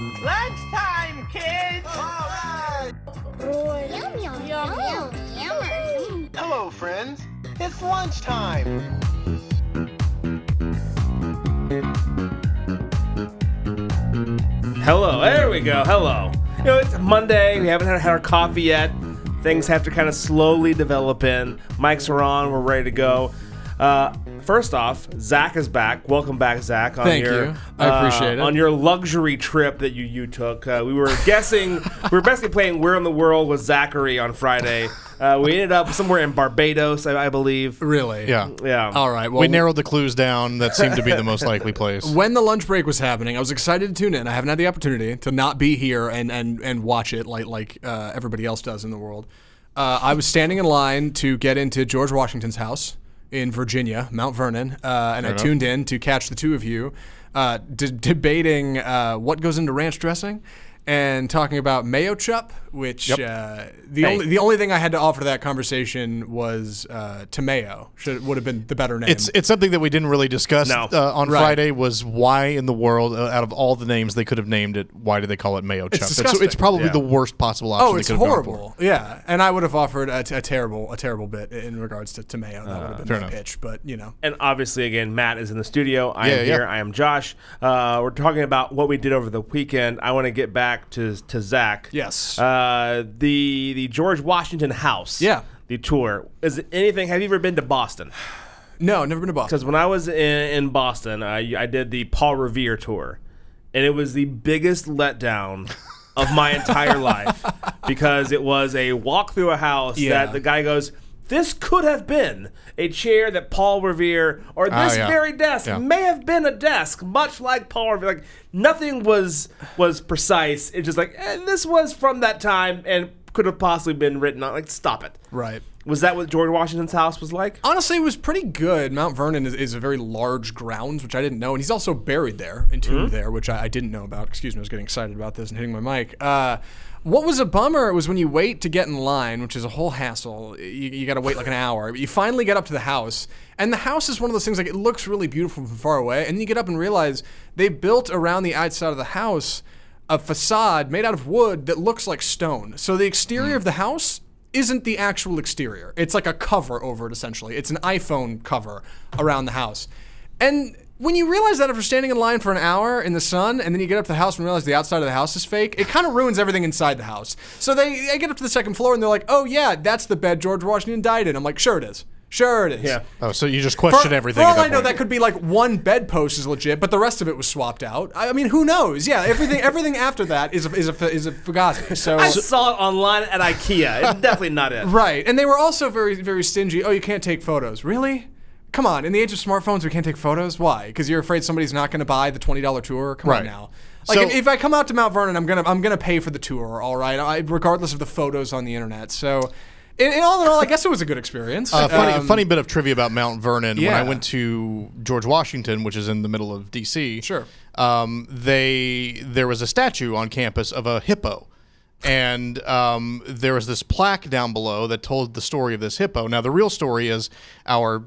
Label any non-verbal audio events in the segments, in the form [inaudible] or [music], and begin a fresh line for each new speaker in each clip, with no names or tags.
Lunchtime, kids! All right!
Yum, yum, yum, yum, yum.
Hello, friends. It's lunchtime.
Hello, there we go. Hello. You know, it's Monday. We haven't had our coffee yet. Things have to kind of slowly develop in. Mics are on. We're ready to go. Uh, first off, Zach is back. Welcome back, Zach. On
Thank
your,
you. I appreciate
uh,
it.
On your luxury trip that you you took, uh, we were
[laughs]
guessing. we were basically playing "Where in the World" with Zachary on Friday. Uh, we ended up somewhere in Barbados, I, I believe.
Really?
Yeah.
Yeah.
All right. Mm, Well,
We narrowed the clues down. That seemed to be the most likely place.
[laughs] when the lunch break was happening, I was excited to tune in. I haven't had the opportunity to not be here and and and watch it like like uh, everybody else does in the world. Uh, I was standing in line to get into George Washington's house in Virginia, Mount Vernon, uh, and I tuned in to catch the two of you uh, de- debating uh, what goes into ranch dressing. And talking about mayo chup, which uh, the only the only thing I had to offer to that conversation was uh, tomato. Should would have been the better name.
It's it's something that we didn't really discuss
No.
uh, on
Right.
Friday. Was why in the world, uh, out of all the names they could have named it, why did they call it mayo chup? It's,
disgusting.
it's probably
Yeah.
the worst possible option.
Oh,
they
it's
could have gone for.
horrible. Yeah, and I would have offered a, t- a terrible, a terrible bit in regards to tomato. That would have been my
Uh, enough.
pitch, but you know,
And obviously, again, Matt is in the studio. I
Yeah,
am
yeah.
here. I am Josh. Uh, we're talking about what we did over the weekend. I want to get back to to Zach.
Yes.
Uh, the the George Washington House.
Yeah.
The tour is it anything? Have you ever been to Boston?
no, never been to Boston.
Because when I was in, in Boston, I, I did the Paul Revere tour, and it was the biggest letdown of my entire life because it was a walk through a house
Yeah.
that the guy goes, "This could have been a chair that Paul Revere, or this
yeah.
very desk
Yeah.
may have been a desk, much like Paul Revere." Like nothing was was precise. It's just like eh, this was from that time and could have possibly been written on. Like stop it.
Right. Oh,
Was that what George Washington's house was like?
Honestly, it was pretty good. Mount Vernon is, is a very large grounds, which I didn't know, and he's also buried there, entombed there, which I, I didn't know about. Excuse me, I was getting excited about this and hitting my mic. Uh, what was a bummer was when you wait to get in line, which is a whole hassle. You, you got to wait like an hour. You finally get up to the house, and the house is one of those things like it looks really beautiful from far away, and then you get up and realize they built around the outside of the house a facade made out of wood that looks like stone. So the exterior of the house isn't the actual exterior. It's like a cover over it, essentially. It's an iPhone cover around the house. And when you realize that after standing in line for an hour in the sun, and then you get up to the house and realize the outside of the house is fake, it kind of ruins everything inside the house. So they, they get up to the second floor and they're like, oh, yeah, that's the bed George Washington died in. I'm like, sure it is. Sure it is.
Yeah.
Oh, so you just question
For-
everything.
For
at
all
that
I know,
point.
that could be like one bedpost is legit, but the rest of it was swapped out. I I mean, who knows? Yeah, everything [laughs] everything after that is a, is a, is a fugazi. So
I saw it online at IKEA. It's definitely not it.
right, and they were also very very stingy. Oh, you can't take photos. Really? Come on! In the age of smartphones, we can't take photos. Why? Because you're afraid somebody's not going to buy the twenty dollar tour. Come on
Right.
now. Like
So-
if, if I come out to Mount Vernon, I'm gonna I'm gonna pay for the tour. All right, I, regardless of the photos on the internet. So, in, in all in all, I guess it was a good experience.
Uh, funny,
Um,
funny bit of trivia about Mount Vernon. When
yeah.
I went to George Washington, which is in the middle of D.C.,
Sure.
um, they there was a statue on campus of a hippo, and um, there was this plaque down below that told the story of this hippo. Now the real story is our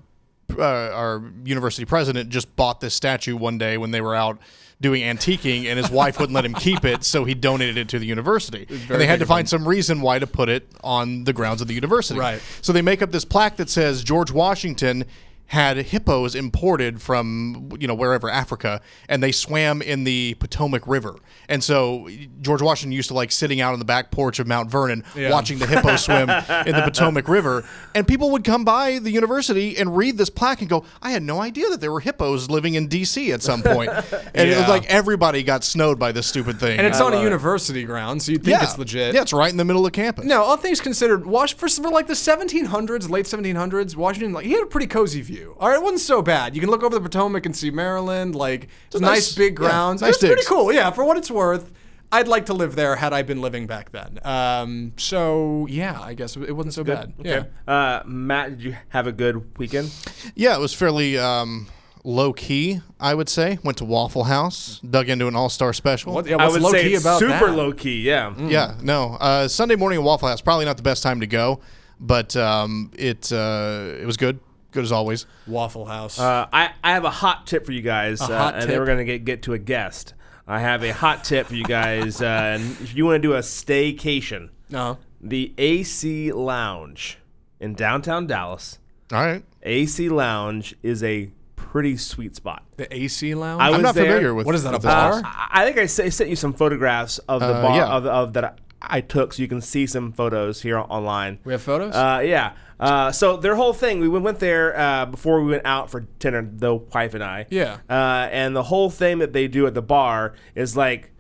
uh, our university president just bought this statue one day when they were out doing antiquing and his wife wouldn't let him keep it so he donated it to the university and they had to find some reason why to put it on the grounds of the university
Right.
so they make up this plaque that says George Washington had hippos imported from you know wherever Africa, and they swam in the Potomac River. And so George Washington used to like sitting out on the back porch of Mount Vernon watching the hippo swim in the
[laughs]
Potomac River, and people would come by the university and read this plaque and go, "I had no idea that there were hippos living in D.C. at
[laughs]
some point." And it
Yeah.
was like everybody got snowed by this stupid thing. Uh,
and it's on a university ground, so you'd think
yeah.
it's legit.
Yeah, it's right in the middle of campus.
No, all things considered, Wash for, for like the 1700s, late 1700s, Washington like he had a pretty cozy view. All right, it wasn't so bad. You can look over the Potomac and see Maryland, like it's nice,
nice-
big
yeah,
grounds.
nice
it's pretty
digs.
cool. Yeah, for what it's worth, I'd like to live there had I been living back then. Um, so yeah, I guess it wasn't so bad. Yeah.
[laughs] Uh, Matt, did you have a good weekend?
Yeah, it was fairly um, low key, I would say. Went to Waffle House, dug into an all star special.
What, yeah, what's
I would
low
say
key
it's
about
super
that? Mm.
low key. Yeah.
Yeah, no. Uh, Sunday morning at Waffle House, probably not the best time to go. But um, it uh, it was good, good as always.
Waffle House.
Uh, I, I have a hot tip for you guys, uh,
hot
and then we're
tip.
gonna get get to a guest. I have a hot tip for you guys, uh, and if you want to do a staycation,
no.
the AC Lounge in downtown Dallas.
All right,
AC Lounge is a pretty sweet spot.
The AC Lounge.
I
I'm
was
not
there-
familiar with
what is that, a
with this
bar?
place.
Uh, I I think I sa- sent you some photographs of the
Uh,
bar
yeah.
of, of that I took, so you can see some photos here online.
we have photos?
Uh, yeah. Uh, so their whole thing, we went there uh, before we went out for dinner, the wife and I.
Yeah.
Uh, and the whole thing that they do at the bar is like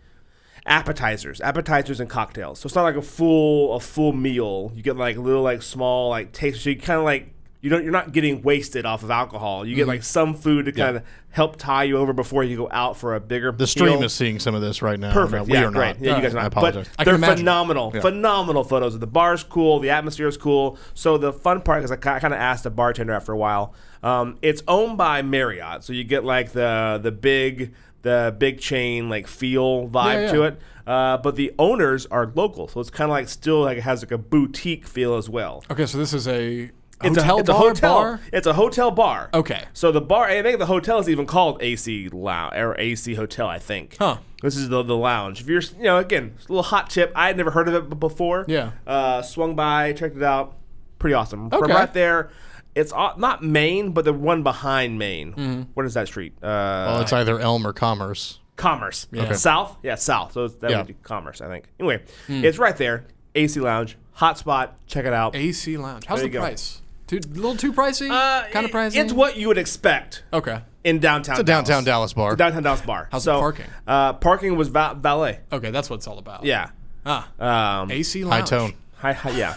appetizers, appetizers and cocktails. So it's not like a full a full meal. You get like little like small like taste. So you kind of like you don't you're not getting wasted off of alcohol.
Mm-hmm.
You get like some food to kind of help tie you over before you go out for a bigger.
The stream
meal.
is seeing some of this right now.
Perfect.
No, we
yeah,
are
great.
not.
Yeah, you guys are not.
I apologize.
But
can
they're
imagine.
phenomenal, phenomenal photos. The bar's cool. The atmosphere is cool. So the fun part is I kind of asked the bartender after a while. Um, it's owned by Marriott, so you get like the the big the big chain like feel vibe
Yeah, yeah.
to it. Uh, but the owners are local, so it's kind of like still like it has like a boutique feel as well.
okay, so this is a
It's
hotel
a, it's a
bar
hotel.
bar?
It's a hotel bar.
Okay.
So the bar, I think the hotel is even called AC Lounge or AC Hotel. I think.
Huh.
This is the the lounge. If you're, you know, again, it's a little hot tip. I had never heard of it b- before.
Yeah.
Uh, swung by, checked it out. Pretty awesome. From
Okay.
right there. It's au- not Maine, but the one behind Maine.
Mm-hmm.
What is that street? Uh,
Oh.
Well, it's either Elm or Commerce.
Commerce.
Okay.
South? Yeah, South. So it's- that
Yeah.
would be Commerce, I think. Anyway,
Hmm.
it's right there. AC Lounge, hot spot. Check it out.
AC Lounge. How's
There
the
you go.
price? Too a little too pricey?
Uh,
kind of
it-
pricey.
It's what you would expect
Okay.
in downtown.
It's a downtown Dallas, bar.
Downtown Dallas bar.
How's
so,
the parking?
Uh, parking was va- valet.
Okay, that's what it's all about.
Yeah.
Ah.
Um,
AC
High
Lounge.
tone.
Hi, hi, yeah.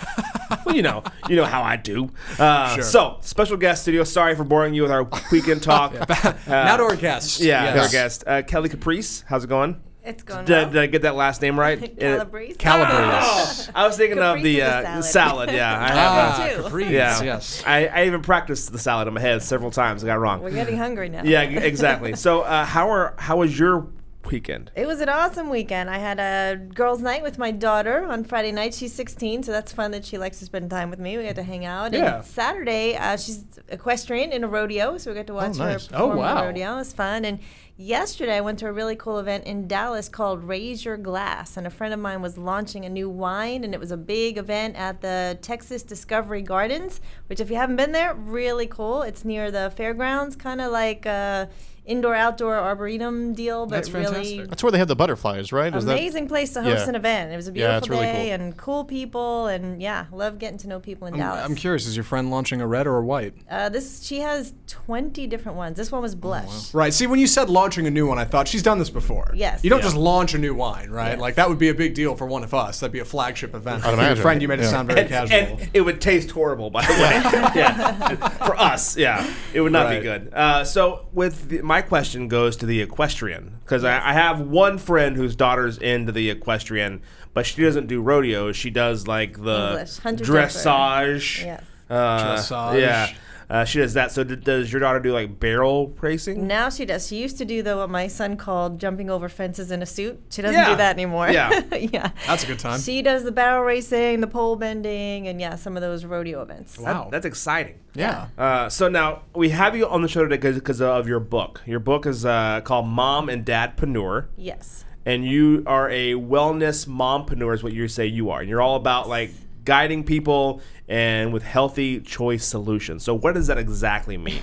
well, you know, you know how I do. Uh, So, special guest studio. Sorry for boring you with our weekend
[laughs]
talk. yeah,
now to our guest.
yeah.
[laughs]
our
Yes.
guest uh, Kelly Caprice. How's it going?
It's going
Did, I-
well.
did I get that last name
[laughs]
right?
Calabrese. Oh.
Calabrese.
It- I was thinking of
Caprice
the
is a
uh, salad.
salad.
Yeah, I have.
Ah,
[laughs] Me too.
Caprice.
yeah,
Yes.
I, I even practiced the salad in my head several times. I got it
We're
wrong.
getting hungry now.
Yeah, exactly. So, uh, how are how was your weekend?
It was an awesome weekend. I had a girls' night with my daughter on Friday night. She's 16, so that's fun that she likes to spend time with me. We got to hang out.
Yeah.
And Saturday, uh, she's equestrian in a rodeo, so we got to watch
nice.
her
Oh,
perform at
wow.
the rodeo. It was fun. And yesterday, I went to a really cool event in Dallas called Raise Your Glass, and a friend of mine was launching a new wine, and it was a big event at the Texas Discovery Gardens, which, if you haven't been there, really cool. It's near the fairgrounds, kind of like a indoor outdoor arboretum deal, but
That's
really
fantastic.
That's where they have the butterflies, right? Is that-
amazing place to host
Yeah.
an event. It was a beautiful
Yeah, it's really
day
cool.
and cool people, and yeah, love getting to know people in Dallas.
I'm curious, is your friend launching a red or a white?
uh, this she has 20 different ones. This one was blush.
Right. See, when you said launching a new one, I thought she's done this before.
Yes.
You don't
Yeah.
just launch a new wine, right? Like that would be a big deal for one of us. That'd be a flagship event. For your
imagine.
friend, you made it
Yeah.
sound very
and,
casual.
and it would taste horrible, by
[laughs]
the way. yeah, [laughs] for us, yeah, it would not
Right.
be good. Uh, so, with the, my question goes to the equestrian because I, I have one friend whose daughter's into the equestrian, but she doesn't do rodeos. She does like the
English, hunter
dressage.
Yes.
uh,
Dressage.
Yeah. Uh, she does that. So, d- does your daughter do like barrel racing?
Now she does. She used to do the what my son called jumping over fences in a suit. She doesn't
Yeah.
do that anymore.
Yeah.
[laughs] yeah.
That's a good time.
She does the barrel racing, the pole bending, and yeah, some of those rodeo events.
That-
wow.
that's exciting.
yeah.
Uh, so now we have you on the show today because of your book. Your book is uh, called "Mom and Dadpreneur."
Yes.
and you are a wellness mompreneur is what you say you are. And you're all about like guiding people and with healthy choice solutions. So what does that exactly mean?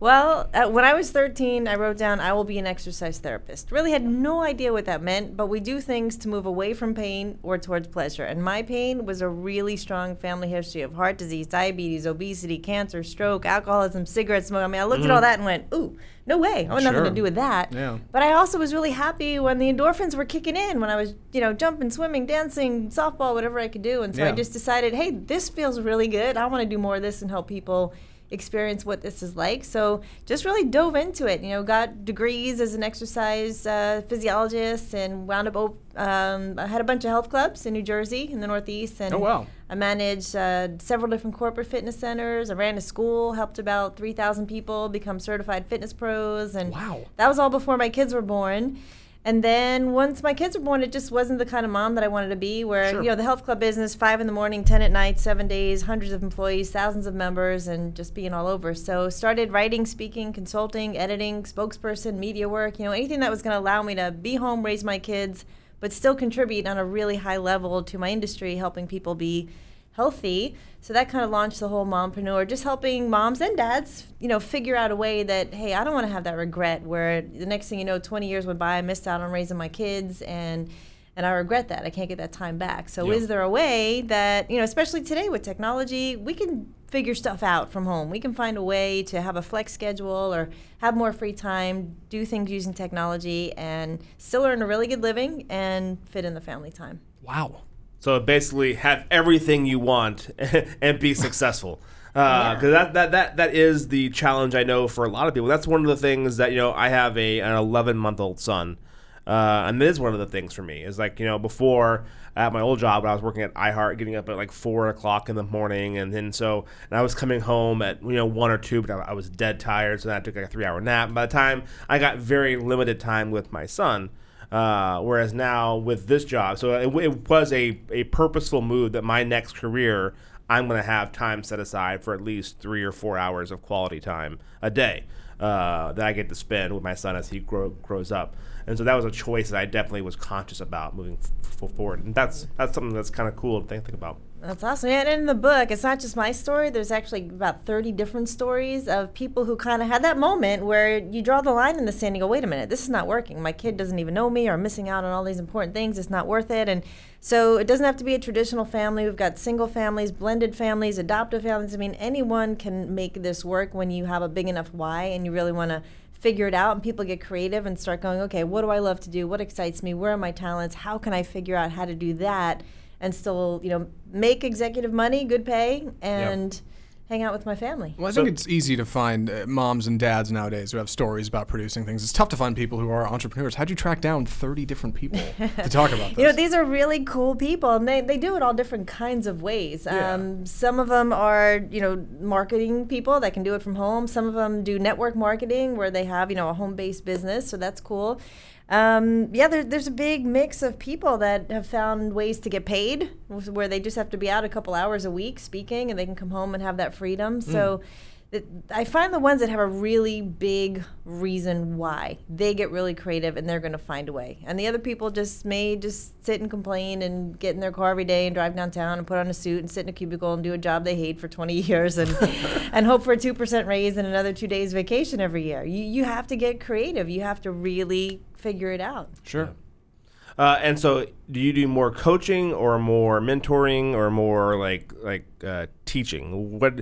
Well, uh, when I was 13, I wrote down, I will be an exercise therapist. Really had no idea what that meant, but we do things to move away from pain or towards pleasure. And my pain was a really strong family history of heart disease, diabetes, obesity, cancer, stroke, alcoholism, cigarette smoke. I mean, I looked at all that and went, ooh, no way. I want nothing
Mm. Sure.
to do with that.
Yeah.
But I also was really happy when the endorphins were kicking in, when I was, you know, jumping, swimming, dancing, softball, whatever I could do. And so
Yeah.
I just decided, hey, this feels really good. I want to do more of this and help people experience what this is like. So just really dove into it. You know, got degrees as an exercise uh, physiologist and wound up. Op- um, I had a bunch of health clubs in New Jersey in the Northeast, and
Oh, wow.
I managed uh, several different corporate fitness centers. I ran a school, helped about three thousand people become certified fitness pros, and
Wow.
that was all before my kids were born. And then once my kids were born, it just wasn't the kind of mom that I wanted to be. Where
Sure.
you know the health club business, five in the morning, ten at night, seven days, hundreds of employees, thousands of members, and just being all over. So started writing, speaking, consulting, editing, spokesperson, media work. You know anything that was going to allow me to be home, raise my kids, but still contribute on a really high level to my industry, helping people be healthy. So that kind of launched the whole mompreneur, just helping moms and dads, you know, figure out a way that, hey, I don't want to have that regret where the next thing you know, 20 years went by, I missed out on raising my kids and and I regret that. I can't get that time back. So is there a way that, you know, especially today with technology, we can figure stuff out from home. We can find a way to have a flex schedule or have more free time, do things using technology and still earn a really good living and fit in the family time.
Wow.
So basically, have everything you want [laughs] and be successful. Because that, that that that is the challenge I know for a lot of people. That's one of the things that you know I have a an 11 month old son, uh, and it is one of the things for me is like you know before at my old job when I was working at iHeart, getting up at like four o'clock in the morning, and then so and I was coming home at you know one or two, but I, I was dead tired, so then I took like a three hour nap. By the time I got very limited time with my son. Uh, whereas now with this job, so it, it was a, a purposeful move that my next career, I'm going to have time set aside for at least three or four hours of quality time a day uh, that I get to spend with my son as he grow, grows up. And so that was a choice that I definitely was conscious about moving f- f- forward. And that's that's something that's kind of cool to think, think about.
That's awesome. And in the book, it's not just my story. There's actually about 30 different stories of people who kind of had that moment where you draw the line in the sand and you go, wait a minute, this is not working. My kid doesn't even know me or I'm missing out on all these important things. It's not worth it. And so it doesn't have to be a traditional family. We've got single families, blended families, adoptive families. I mean, anyone can make this work when you have a big enough why and you really want to figure it out and people get creative and start going, okay, what do I love to do? What excites me? Where are my talents? How can I figure out how to do that? and still, you know, make executive money, good pay, and hang out with my family.
Well, I think it's easy to find uh, moms and dads nowadays who have stories about producing things. It's tough to find people who are entrepreneurs. How'd you track down 30 different people to talk about
[laughs]
this?
You know, these are really cool people, and they, they do it all different kinds of ways. Um, some of them are, you know, marketing people that can do it from home. Some of them do network marketing where they have, you know, a home based business, so that's cool. Um, yeah, there, there's a big mix of people that have found ways to get paid wh- where they just have to be out a couple hours a week speaking and they can come home and have that freedom. So it, I find the ones that have a really big reason why they get really creative and they're going to find a way. And the other people just may just sit and complain and get in their car every day and drive downtown and put on a suit and sit in a cubicle and do a job they hate for 20 [laughs] years and and hope for a 2% raise and another 2 days vacation every year. You you have to get creative. You have to really figure it out.
sure.
Uh, and so, do you do more coaching or more mentoring or more like like uh, teaching? What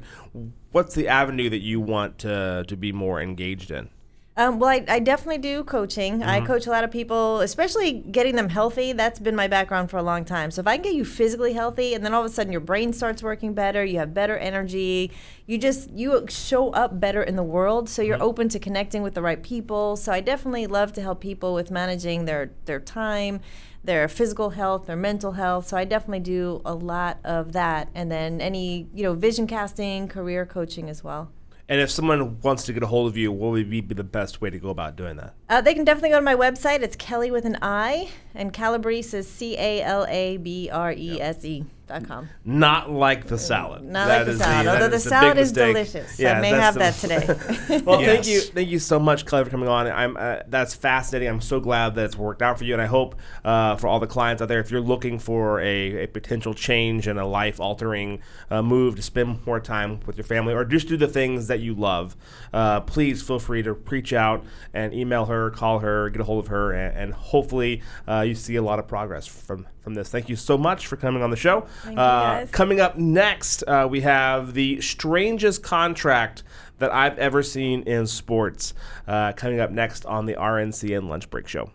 what's the avenue that you want to to be more engaged in?
Um, well, I, I definitely do coaching. I coach a lot of people, especially getting them healthy. That's been my background for a long time. So if I can get you physically healthy, and then all of a sudden your brain starts working better, you have better energy, you just you show up better in the world. So you're open to connecting with the right people. So I definitely love to help people with managing their their time, their physical health, their mental health. So I definitely do a lot of that, and then any you know vision casting, career coaching as well.
And if someone wants to get a hold of you, what would be the best way to go about doing that?
Uh, they can definitely go to my website. It's Kelly with an I, and Calabrese is C A L A B R E S E dot com.
Not like the salad.
Not
That
like the
is
salad,
that
although the
is a
salad
big
is
mistake.
delicious. I may
that's
have
the-
that today.
[laughs] well, thank you,
Yes.
thank you so much, Kelly, for coming on. I'm uh, that's fascinating. I'm so glad that it's worked out for you, and I hope uh, for all the clients out there, if you're looking for a, a potential change and a life altering uh, move to spend more time with your family or just do the things that you love, uh, please feel free to reach out and email her, call her, get a hold of her, and, and hopefully uh, you see a lot of progress from from this. Thank you so much for coming on the show. Thank
you, guys.
Coming up next, uh, we have the strangest contract that I've ever seen in sports. Uh, coming up next on the RNCN Lunch Break Show.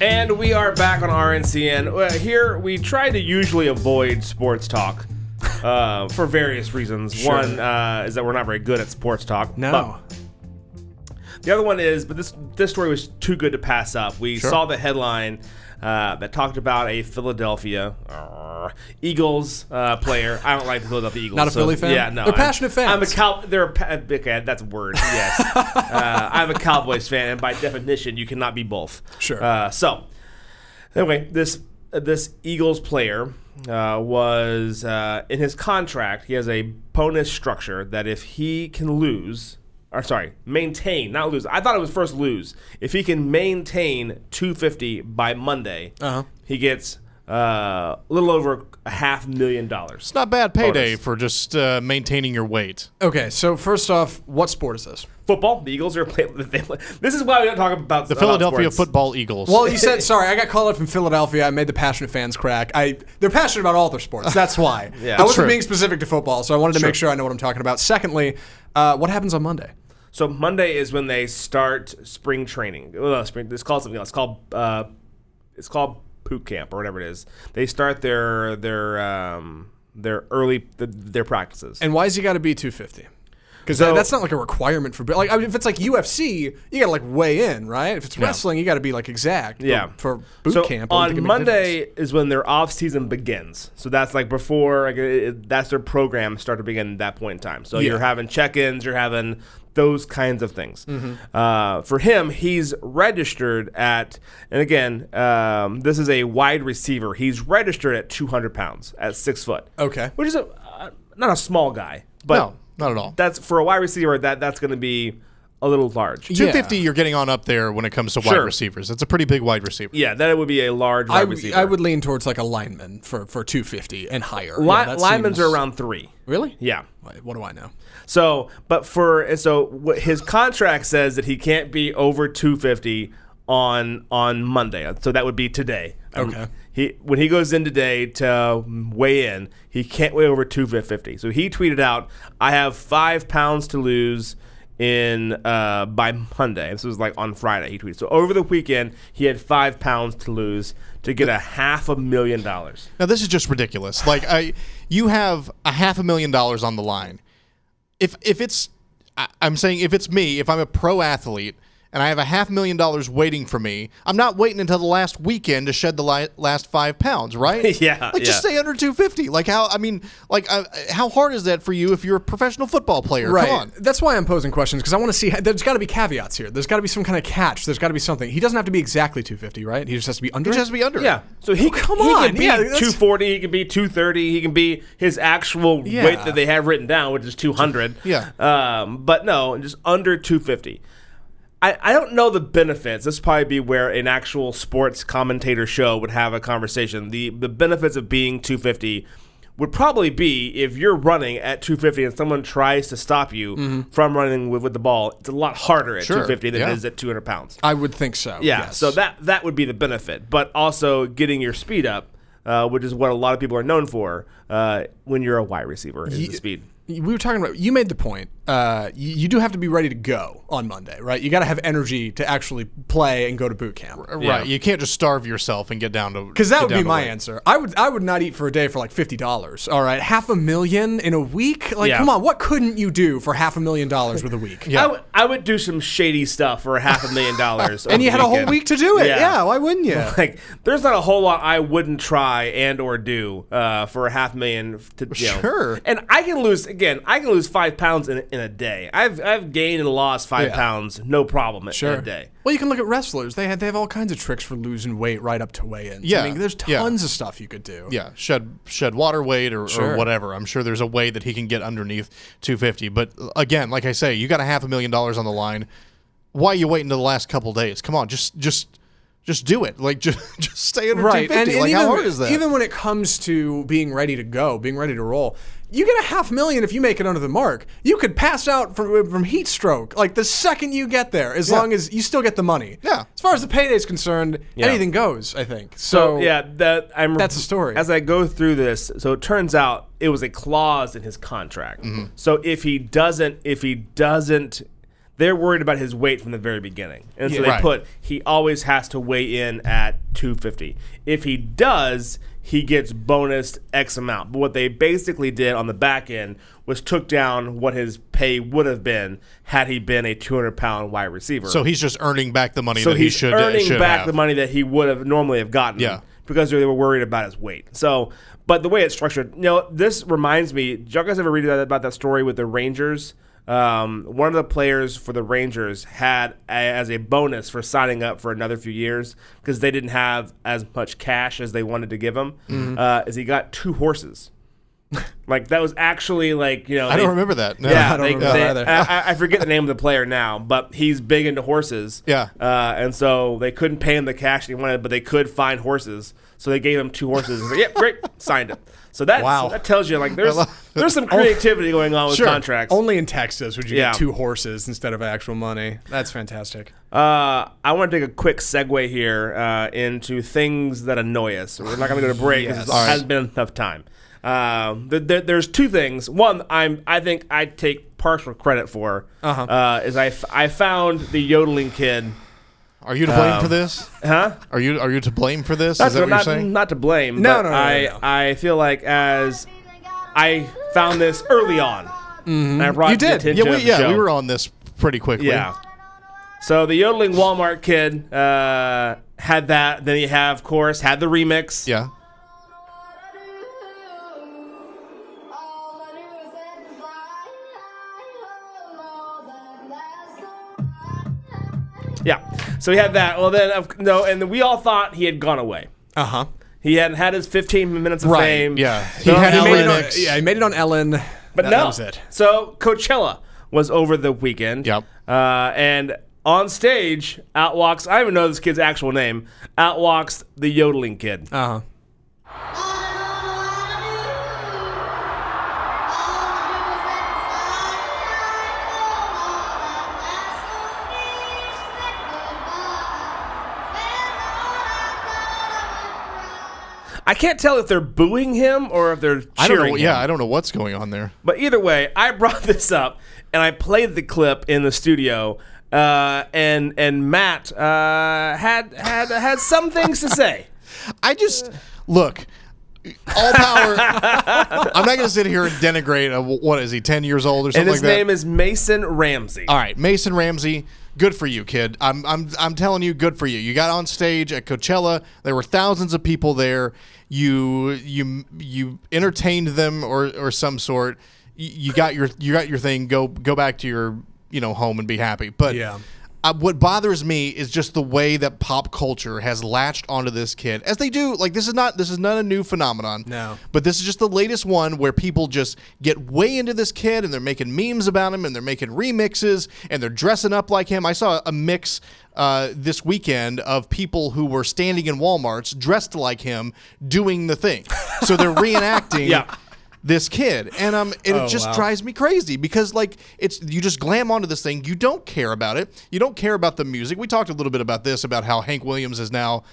And we are back on RNCN. Uh, Here, we try to usually avoid sports talk uh, for various reasons. One uh, is that we're not very good at sports talk.
No.
But the other one is, but this this story was too good to pass up. We saw the headline uh, that talked about a Philadelphia uh, Eagles uh, player. I don't like the Philadelphia Eagles.
Not a
so-
Philly fan?
Yeah, no.
They're
I'm-
passionate
I'm a
fans.
cow. They're a pa- okay. That's a word. Yes.
[laughs]
uh, I'm a Cowboys fan, and by definition, you cannot be both.
Sure.
Uh, so anyway, this uh, this Eagles player uh, was uh, in his contract. He has a bonus structure that if he can lose, or sorry, maintain, not lose. I thought it was first lose. If he can maintain 250 by Monday,
Uh-huh.
he gets uh, a little over a half million dollars.
It's not bad payday
Bonus.
for just uh, maintaining your weight.
Okay, so first off, what sport is this?
Football. The Eagles are playing. [laughs] This is why we don't talk about
The Philadelphia
sports.
Football Eagles.
Well, you said sorry. I got called up from Philadelphia. I made the passionate fans crack. I they're passionate about all their sports. That's why.
Yeah.
I
That's
wasn't
true.
being specific to football, so I wanted to
Sure.
make sure I know what I'm talking about. Secondly, uh, what happens on Monday?
So Monday is when they start spring training. Well, no, spring. It's called something else. It's called uh, it's called boot camp or whatever it is. They start their their um, their early th- their practices.
And why has he got to be 250? Because
So-
that's not like a requirement for like I mean, if it's like UFC, you got to like weigh in, right? If it's wrestling, you got to be like exact. But
yeah.
For boot
so
camp I don't think it made
on
a difference.
Monday is when their off season begins. So that's like before like it, it- that's their program start to begin at that point in time. So
Yeah.
you're having check ins, you're having those kinds of things.
Mm-hmm.
Uh, for him, he's registered at, and again, um, this is a wide receiver. He's registered at 200 pounds at six foot.
Okay.
which is a, uh, not a small guy, but
no, not at all.
that's for a wide receiver that that's going to be a little large.
Yeah.
250, you're getting on up there when it comes to
Sure.
wide receivers. That's a pretty big wide receiver.
Yeah, that would be a large wide
I, w-
receiver.
I would lean towards like a lineman for, for 250 and higher.
Li-
Yeah, that
linemen's
seems-
are around three.
Really?
Yeah.
Wait, What do I know?
So, but for so what his contract says that he can't be over 250 on on Monday. So that would be today. Um,
Okay.
He when he goes in today to weigh in, he can't weigh over 250. So he tweeted out, "I have five pounds to lose." In uh, by Monday, this was like on Friday. He tweeted. So over the weekend, he had five pounds to lose to get a half a million dollars.
Now this is just ridiculous. Like I, you have a half a million dollars on the line. If if it's, I, I'm saying if it's me, if I'm a pro athlete and I have a half million dollars waiting for me, I'm not waiting until the last weekend to shed the li- last five pounds,
[laughs]
right?
Yeah,
Like just
yeah.
stay under 250. Like how I mean, like uh, how hard is that for you if you're a professional football player?
Right.
Come on.
That's why I'm posing questions because I want to see. There's got to be caveats here. There's got to be some kind of catch. There's got to be something. He doesn't have to be exactly 250, right? He just has to be under.
It
it?
just has to be under.
Yeah. So he come
on,
He can be
yeah, that's-
240. He can be 230. He can be his actual
Yeah.
weight that they have written down, which is 200.
Yeah.
Um, but no, just under 250. I, I don't know the benefits. This would probably be where an actual sports commentator show would have a conversation. The the benefits of being 250 would probably be if you're running at 250 and someone tries to stop you from running with, with the ball, it's a lot harder at
Sure,
250 than
yeah.
it is at 200 pounds.
I would think so.
Yeah,
yes.
so that that would be the benefit, but also getting your speed up, uh, which is what a lot of people are known for uh, when you're a wide receiver is the speed.
we were talking about. You made the point. Uh, you, you do have to be ready to go on Monday, right? You got to have energy to actually play and go to boot camp.
Right.
Yeah.
You can't just starve yourself and get down to
Because that
get
would
down
be
to
my
weight.
answer. I would I would not eat for a day for like fifty dollars. All right, half a million in a week. Like,
Yeah.
come on, what couldn't you do for half a million dollars with a
[laughs]
week?
I would- I would do some shady stuff for half a million
[laughs]
dollars,
and you had a whole week to do it.
Yeah.
Yeah, why
[laughs]
wouldn't you?
Like, there's not a whole lot I wouldn't try and or do uh, for a half million. f- To, you know.
Sure.
And I can lose again. I can lose five pounds in, in a day. I've I've gained and lost five
Yeah.
pounds, no problem. in- In a day.
Well, you can look at wrestlers. They have, they have all kinds of tricks for losing weight right up to weigh-ins.
Yeah,
I mean, there's
yeah.
tons of stuff you could do.
yeah shed shed water weight or, or
Sure.
whatever i'm sure there's a way that he can get underneath 250 but uh, again like i say you got a half a million dollars on the line why are you waiting to the last couple days come on just just just do it like [laughs] just just stay under
Right. And,
250
and
like
even,
how hard is that
even when it comes to being ready to go, being ready to roll, you get a half million if you make it under the mark. You could pass out from, from heat stroke like the second you get there, as long as you still get the money.
Yeah.
As far as the payday is concerned, anything goes, I think. So,
yeah, that I'm.
That's the story.
As I go through this, so it turns out
Mm-hmm.
it was a clause in his contract. So if he doesn't, if he doesn't, they're worried about his weight from the very beginning. And so
Yeah.
they
Right.
put he always has to weigh in at 250. If he does, he gets bonus X amount. But what they basically did on the back end was took down what his pay would have been had he been a 200 pound wide receiver.
So he's just earning back the money
So
that
he's
he should uh,
earning
should
back
have.
the money that he would have normally have gotten.
Yeah.
Because they were worried about his weight. So, but the way it's structured, you know, this reminds me. Did you guys ever read about, about that story with the Rangers? Um, one of the players for the Rangers had a, as a bonus for signing up for another few years because they didn't have as much cash as they wanted to give him.
Mm-hmm.
Uh, is he got two
[laughs]
horses? like that was actually like you know
I don't
they-
remember that. No.
[laughs]
yeah,
I don't
they-
remember
they-
that either.
I, I- I forget the name of the player now, but he's big into horses.
Yeah.
Uh, and so they couldn't pay him the cash he wanted, but they could find horses. So they gave him two horses. He's like, yep, great, signed it. So that's,
Wow.
that tells you like there's
love-
there's some creativity going on with
Sure.
contracts.
Only in Texas would you
Yeah.
get two horses instead of actual money. That's fantastic.
Uh, I want to take a quick segue here uh, into things that annoy us. We're not going to go to break. 'cause
Yes.
It hasn't been enough time. Um, th- there, there's two things. One, I'm I think I take partial credit for
Uh-huh.
uh, is I, f- I found the yodeling kid.
Are you to blame for this? Huh? Are you are you to blame for this? Is that what
Um, not,
you're saying?
not to blame.
No,
but
no, no, no,
I I feel like as I found this early on. And I brought
Mm-hmm. you
it to the
did. Yeah,
attention of
we,
the
yeah, we
show.
were on this pretty quickly.
Yeah. So the yodeling Walmart kid uh, had that. Then you have, of course, had the remix.
Yeah.
Yeah. So he had that. Well, then of- no, and then we all thought he had gone away.
Uh huh.
He had had his 15 minutes of
Right,
fame.
yeah.
No,
He had
he
a
made
little
it on-
Linux.
yeah, Um, he made it on Ellen.
but
that,
no.
that was it.
So Coachella was over the weekend.
Yep.
Uh, and on stage, out walks. I don't even know this kid's actual name. Out walks the yodeling kid.
Uh huh.
I can't tell if they're booing him or if they're cheering.
I don't know.
him.
Yeah, I don't know what's going on there.
But either way, I brought [laughs] this up and I played the clip in the studio. Uh, and and Matt uh, had had had some things to say.
I just look.
[laughs]
All power. I'm not going to sit here and denigrate. A, what is he? Ten years old or [laughs] something
and his
like that.
name is Mason Ramsey.
All right, Mason Ramsey, good for you, kid. I'm, I'm, I'm telling you, good for you. You got on stage at Coachella. There were thousands of people there. You, you, you entertained them or, or some sort. You, you got your, you got your thing. Go, go back to your, you know, home and be happy. But
Yeah.
uh, what bothers me is just the way that pop culture has latched onto this kid, as they do. Like this is not this is not a new phenomenon.
No.
but this is just the latest one where people just get way into this kid and they're making memes about him and they're making remixes and they're dressing up like him. I saw a mix uh, this weekend of people who were standing in WalMarts dressed like him doing the thing.
[laughs]
So they're reenacting.
Yeah. Oh,
This kid, and um, and it just
wow.
drives drives me crazy because like it's you just glam onto this thing. You don't care about it. You don't care about the music. We talked a little bit about this about how Hank Williams is now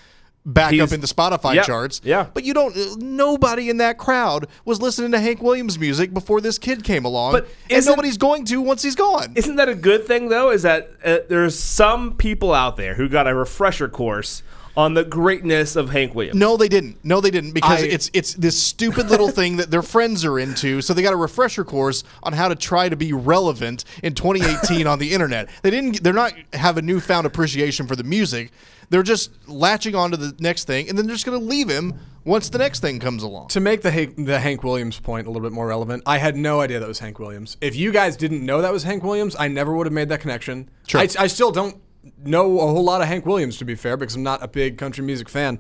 back
He's-
up in the Spotify
yeah,
charts.
yeah.
But you don't nobody in that crowd was listening to Hank Williams music before this kid came along.
But
and
isn't-
nobody's going to once he's gone.
Isn't that a good thing though? Is that uh, there's some people out there who got a refresher course on the greatness of Hank
[laughs]
Williams.
No, they didn't. No, they didn't because
I-
it's it's this stupid little thing that their friends are into. So they got a refresher course on how to try to be relevant in 2018 on the internet. They didn't. They're not have a newfound appreciation for the music. They're just latching on to the next thing, and then they're just going to leave him once the next thing comes along.
To make the Hank, the Hank Williams point a little bit more relevant, I had no idea that was Hank Williams. If you guys didn't know that was Hank Williams, I never would have made that connection.
Sure.
I, I still don't know a whole lot of Hank Williams, to be fair, because I'm not a big country music fan.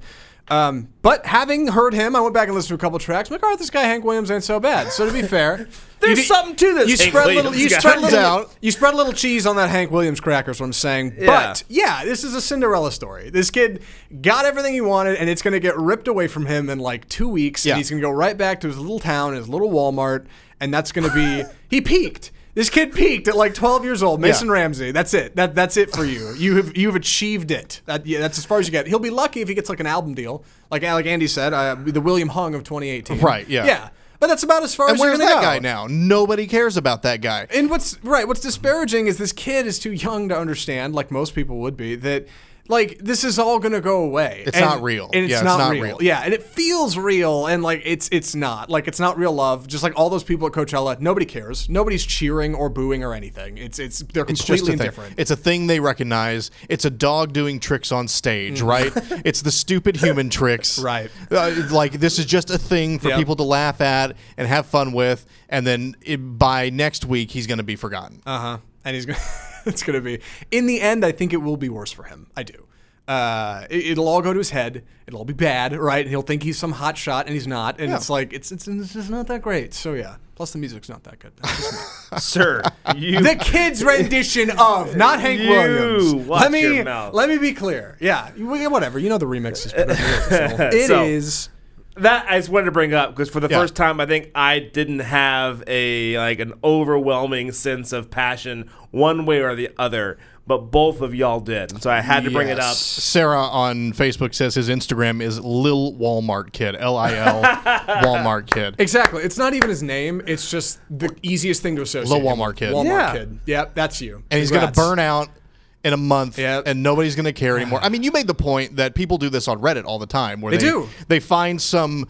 Um, but having heard him, I went back and listened to a couple tracks. I'm like, all right, this guy Hank Williams ain't so bad. So to be fair,
[laughs] There's
you di-
something to this
You
Hank
spread little,
Williams
you
guy.
spread little,
Turns out-
you spread a little cheese on that Hank Williams cracker. Is what I'm saying.
Yeah.
But yeah, this is a Cinderella story. This kid got everything he wanted, and it's going to get ripped away from him in like two weeks,
Yeah.
and he's going to go right back to his little town, his little Walmart, and that's going to be
[laughs]
he peaked. This kid peaked at like 12 years old. Mason Ramsey. That's it. That that's it for you. You have you've achieved it. That, yeah, that's as far as you get. He'll be lucky if he gets like an album deal, like like Andy said, uh, the William Hung of 2018.
Right, yeah.
Yeah. But But that's about as far
And
as you're
where's
gonna
that
go.
guy now? Nobody cares about that guy.
And what's right, what's disparaging is this kid is too young to understand, like most people would be, that like this is all gonna go away.
It's
And-
not real.
And it's,
Yeah,
not, real. Yeah, and it feels real and like it's it's not. Like it's not real love. Just like all those people at Coachella, nobody cares. Nobody's cheering or booing or anything. It's it's they're
It's
completely
just a thing.
indifferent.
It's a thing they recognize. It's a dog doing tricks on
[laughs]
stage, right? it's the stupid human tricks,
Mm. Right.
Uh, like this is just a thing for
Yep.
people to laugh at and have fun with, and then it, by next week he's going to be forgotten.
Uh huh. And he's gonna. [laughs] it's gonna be. In the end, I think it will be worse for him. I do. Uh, it, it'll all go to his head. It'll all be bad, right? And he'll think he's some hot shot, and he's not. And it's like it's it's it's just not that great. So yeah. Plus the music's not
[laughs]
that good. That's just me.
sir. You
the kid's rendition of not Hank
You
Williams.
watch
let me
your mouth.
let me be clear. Yeah. you- Whatever. You know the remix is. pretty original. It is.
[laughs] So- that I just wanted to bring up because for the
Yeah.
first time, I think I didn't have a like an overwhelming sense of passion one way or the other, but both of y'all did, and so I had to bring it up.
Yes.
Sarah on Facebook says his Instagram is Lil Walmart Kid, L
[laughs]
I L Walmart Kid.
Exactly. It's not even his name. It's just the easiest thing to associate.
Little
him with.
Walmart kid.
Walmart
Yeah.
kid. Yep, that's you.
and he's going to
Congrats.
burn out in a month
Yep.
and nobody's going to care anymore. I mean, you made the point that people do this on Reddit all the time where
They
they,
do.
They find some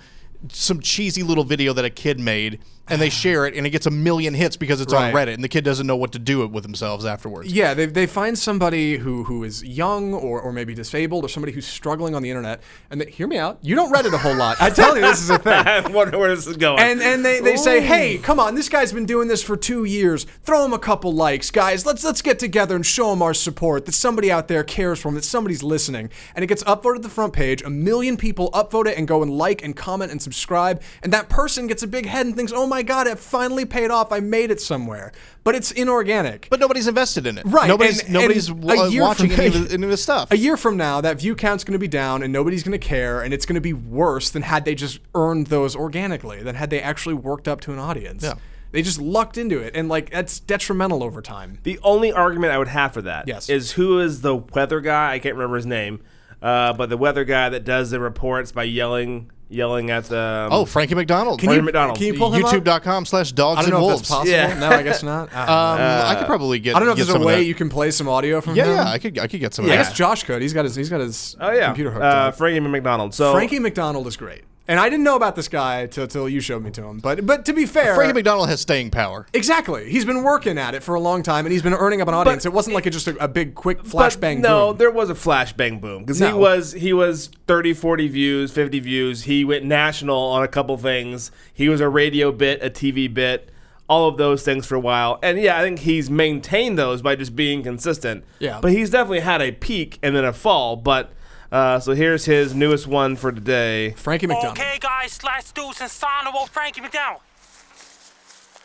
some cheesy little video that a kid made and they share it and it gets a million hits because it's on
Right.
Reddit and the kid doesn't know what to do with themselves afterwards.
Yeah, they, they find somebody who, who is young or, or maybe disabled or somebody who's struggling on the internet, and they, hear me out. You don't Reddit a whole lot. I tell you, this is a
[laughs]
thing.
[laughs] I wonder where this is going.
And and they, they say, hey, come on, this guy's been doing this for two years. Throw him a couple likes, guys. Let's let's get together and show him our support. That somebody out there cares for him. That somebody's listening. And it gets upvoted to the front page. A million people upvote it and go and like and comment and subscribe. And that person gets a big head and thinks, oh my god, it finally paid off. I made it somewhere. But it's inorganic.
But nobody's invested in it.
Right,
Nobody's
and-
nobody's
and
wa-
a year
watching
from-
any of,
[laughs]
his, any of his stuff.
a year from now, that view count's going to be down and nobody's going to care, and it's going to be worse than had they just earned those organically, than had they actually worked up to an audience.
Yeah.
They just lucked into it, and like that's detrimental over time.
The only argument I would have for that is
Yes.
who is the weather guy? I can't remember his name, uh, but the weather guy that does the reports by yelling, yelling at the. um,
Oh, Frankie McDonald.
Can you- Frankie McDonald. can you
pull him up?
YouTube.com slash dogs
I don't
and
know if
wolves.
that's possible.
Yeah. Uh,
No, I guess
[laughs]
not. I don't, know.
Um, I could probably get
I don't know if
get
there's
some
a
of
way
that.
you can play some audio from
Yeah,
him.
yeah, I could I could get some
I
of
guess
that.
Josh could. He's got his he's got his
Oh, yeah,
computer hooked
uh,
up.
Frankie McDonald. So
Frankie McDonald is great, and I didn't know about this guy till, till you showed me to him. But but to be fair,
Frankie McDonald has staying power.
Exactly. He's been working at it for a long time, and he's been earning up an audience. it wasn't like a, just a, a big, quick
but
flashbang.
No,
boom.
there was a flashbang boom because he
No.
was he was 30, 40 views, fifty views. He went national on a couple things. He was a radio bit, a TV bit, all of those things for a while. And yeah, I think he's maintained those by just being consistent.
Yeah.
but he's definitely had a peak and then a fall. But uh, so here's his newest one for today.
Frankie McDonald.
Okay, guys, let's do some sign of old Frankie McDowell.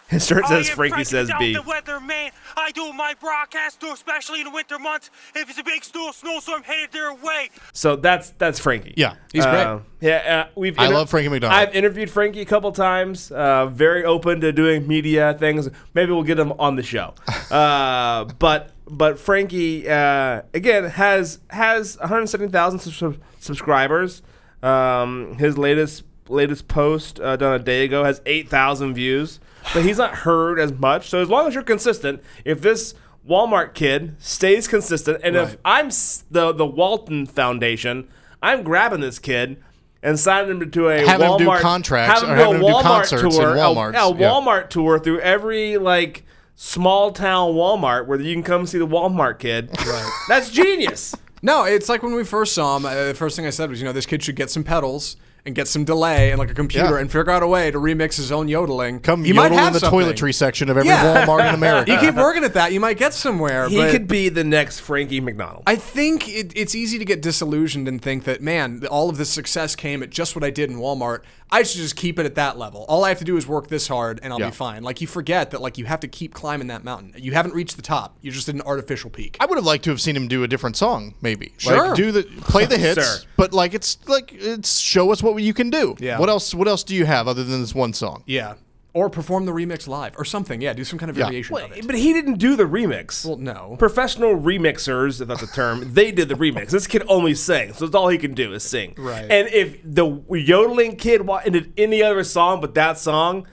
His shirt
I am
says Frankie says
McDowell,
B.
The weather man. I do my broadcast, especially in the winter months. If it's a big snow snowstorm headed their way,
So that's that's Frankie.
Yeah.
He's great.
Oh.
Uh, yeah, uh, we've.
I love Frankie McDonald.
I've interviewed Frankie a couple times. Uh, very open to doing media things. Maybe we'll get him on the show. Uh, but but Frankie uh, again has has 170,000 subs- subscribers. Um, his latest latest post uh, done a day ago has 8,000 views. But he's not heard as much. So as long as you're consistent, if this Walmart kid stays consistent, and if
Right.
I'm s- the the Walton Foundation, I'm grabbing this kid and signing him to a
Have him
Walmart
do contracts
have him
or
do
have
a
him do
Walmart
concerts in
tour, a-
Walmarts,
a,
yeah.
Walmart tour through every like small town Walmart where you can come see the Walmart kid. Right, that's genius.
No, it's like when we first saw him. Uh, the first thing I said was, you know, this kid should get some pedals and get some delay and like a computer
Yeah.
and figure out a way to remix his own yodeling.
Come
he
yodel
might have
in the
something.
toiletry section of every
Yeah.
Walmart in America.
[laughs] You
[laughs]
keep working at that, you might get somewhere.
He
but
could be the next Frankie McDonald.
I think it, it's easy to get disillusioned and think that, man, all of this success came at just what I did in Walmart. I should just keep it at that level. All I have to do is work this hard and I'll
Yeah.
be fine. Like, you forget that, like, you have to keep climbing that mountain. You haven't reached the top. You're just at an artificial peak.
I would have liked to have seen him do a different song, maybe.
Sure.
Like do the
[laughs]
play the hits,
Sure.
but like it's like it's show us what you can do.
Yeah.
What else? What else do you have other than this one song?
yeah. or perform the remix live or something. Yeah, do some kind of
Yeah.
variation of it.
But he didn't do the remix.
Well, no.
Professional remixers, if that's a term, they did the remix. This kid only sang, so that's all he can do is sing.
Right.
And if the yodeling kid wa- did any other song but that song,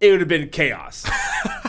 it would have been
[laughs]
chaos.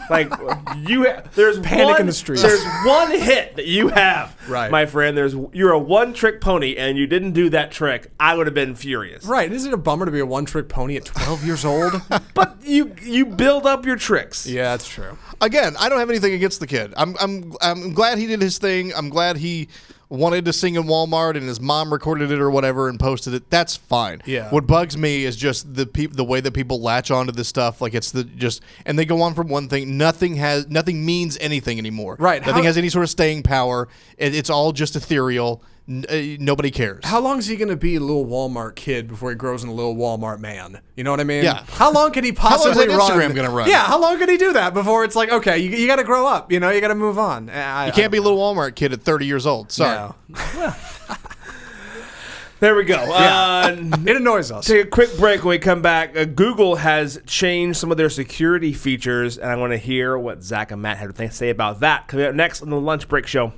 like you, ha- there's
Panic in
one-
the streets.
There's one hit that you have,
Right.
my friend. There's you're a one trick pony, and you didn't do that trick. I would have been furious.
Right. Isn't it a bummer to be a one trick pony at 12 years
[laughs]
old?
But you you build up your tricks.
yeah, that's true.
Again, I don't have anything against the kid. I'm I'm I'm glad he did his thing. I'm glad he wanted to sing in Walmart and his mom recorded it or whatever and posted it. That's fine.
Yeah.
What bugs me is just the peop- the way that people latch onto this stuff. Like it's the just and they go on from one thing. Nothing has nothing means anything anymore.
Right.
Nothing
How-
has any sort of staying power. It, it's all just ethereal. N- uh, nobody cares.
How long is he going to be a little Walmart kid before he grows into a little Walmart man? You know what I mean?
Yeah.
How long
[laughs]
can he
long is
possibly
that
run?
Instagram gonna run?
Yeah. How long can he do that before it's like, okay, you, you got to grow up. You know, you got to move on.
you can't be a little Walmart kid at 30 years old. Sorry.
There we go. Uh,
It annoys us.
take a quick break when we come back. Uh, Google has changed some of their security features, and I want to hear what Zach and Matt had to say about that. Coming up next on the Lunch Break Show.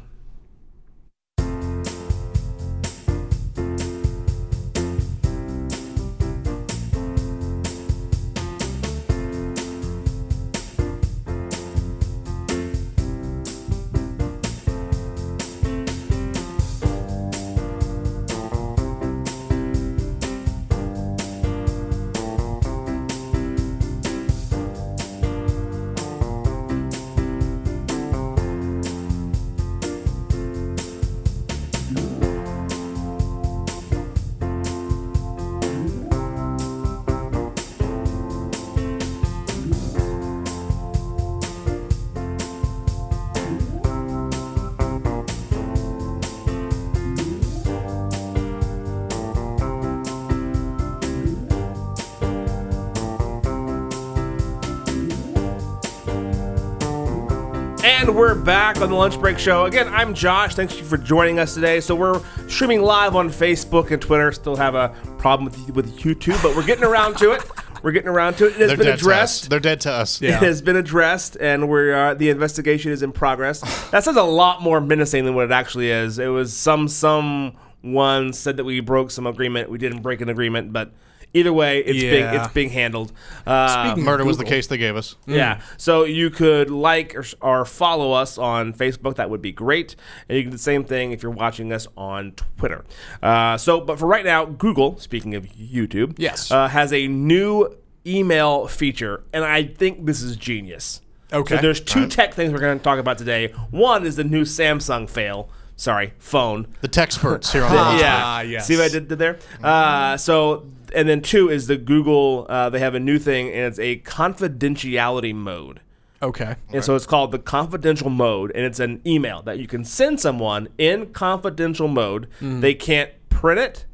And we're back on the Lunch Break Show. Again, I'm Josh. Thanks you for joining us today. So we're streaming live on Facebook and Twitter. Still have a problem with, with YouTube, but we're getting around to it. We're getting around to it. It has
They're
been
dead to us.
addressed.
They're dead to
[laughs]
us.
It has been addressed, and we're uh, the investigation is in progress. That sounds a lot more menacing than what it actually is. It was some someone said that we broke some agreement. We didn't break an agreement, but either way, it's being
Yeah.
it's being handled. Uh,
Murder was the case they gave us.
Mm.
yeah. So you could like or, or follow us on Facebook. That would be great. And you can do the same thing if you're watching us on Twitter. Uh, so, but for right now, Google, speaking of YouTube,
Yes.
uh, has a new email feature. And I think this is genius.
Okay.
So there's two tech things we're going to talk about today. One is the new Samsung fail. Sorry, phone
The tech
[laughs]
experts here on the
yeah.
Ah, yes. Mm-hmm.
See what I did, did there? Uh, so, and then two is the Google, uh, they have a new thing, and it's a confidentiality mode.
Okay.
And so it's called the confidential mode, and it's an email that you can send someone in confidential mode. They can't print it,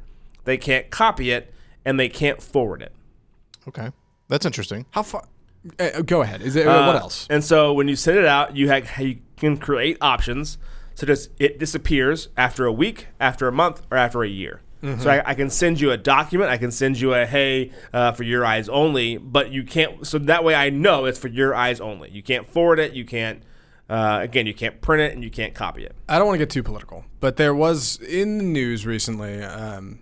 they can't copy it, and they can't forward it.
Okay. That's interesting.
How far? Uh, go ahead. Is it, what
Uh,
else?
And so when you send it out, you ha- you can create options. So just it disappears after a week, after a month, or after a year. So I, I can send you a document. I can send you a hey uh, for your eyes only, but you can't. So that way I know it's for your eyes only. You can't forward it. You can't. Uh, again, you can't print it and you can't copy it.
I don't want to get too political, but there was in the news recently. Um,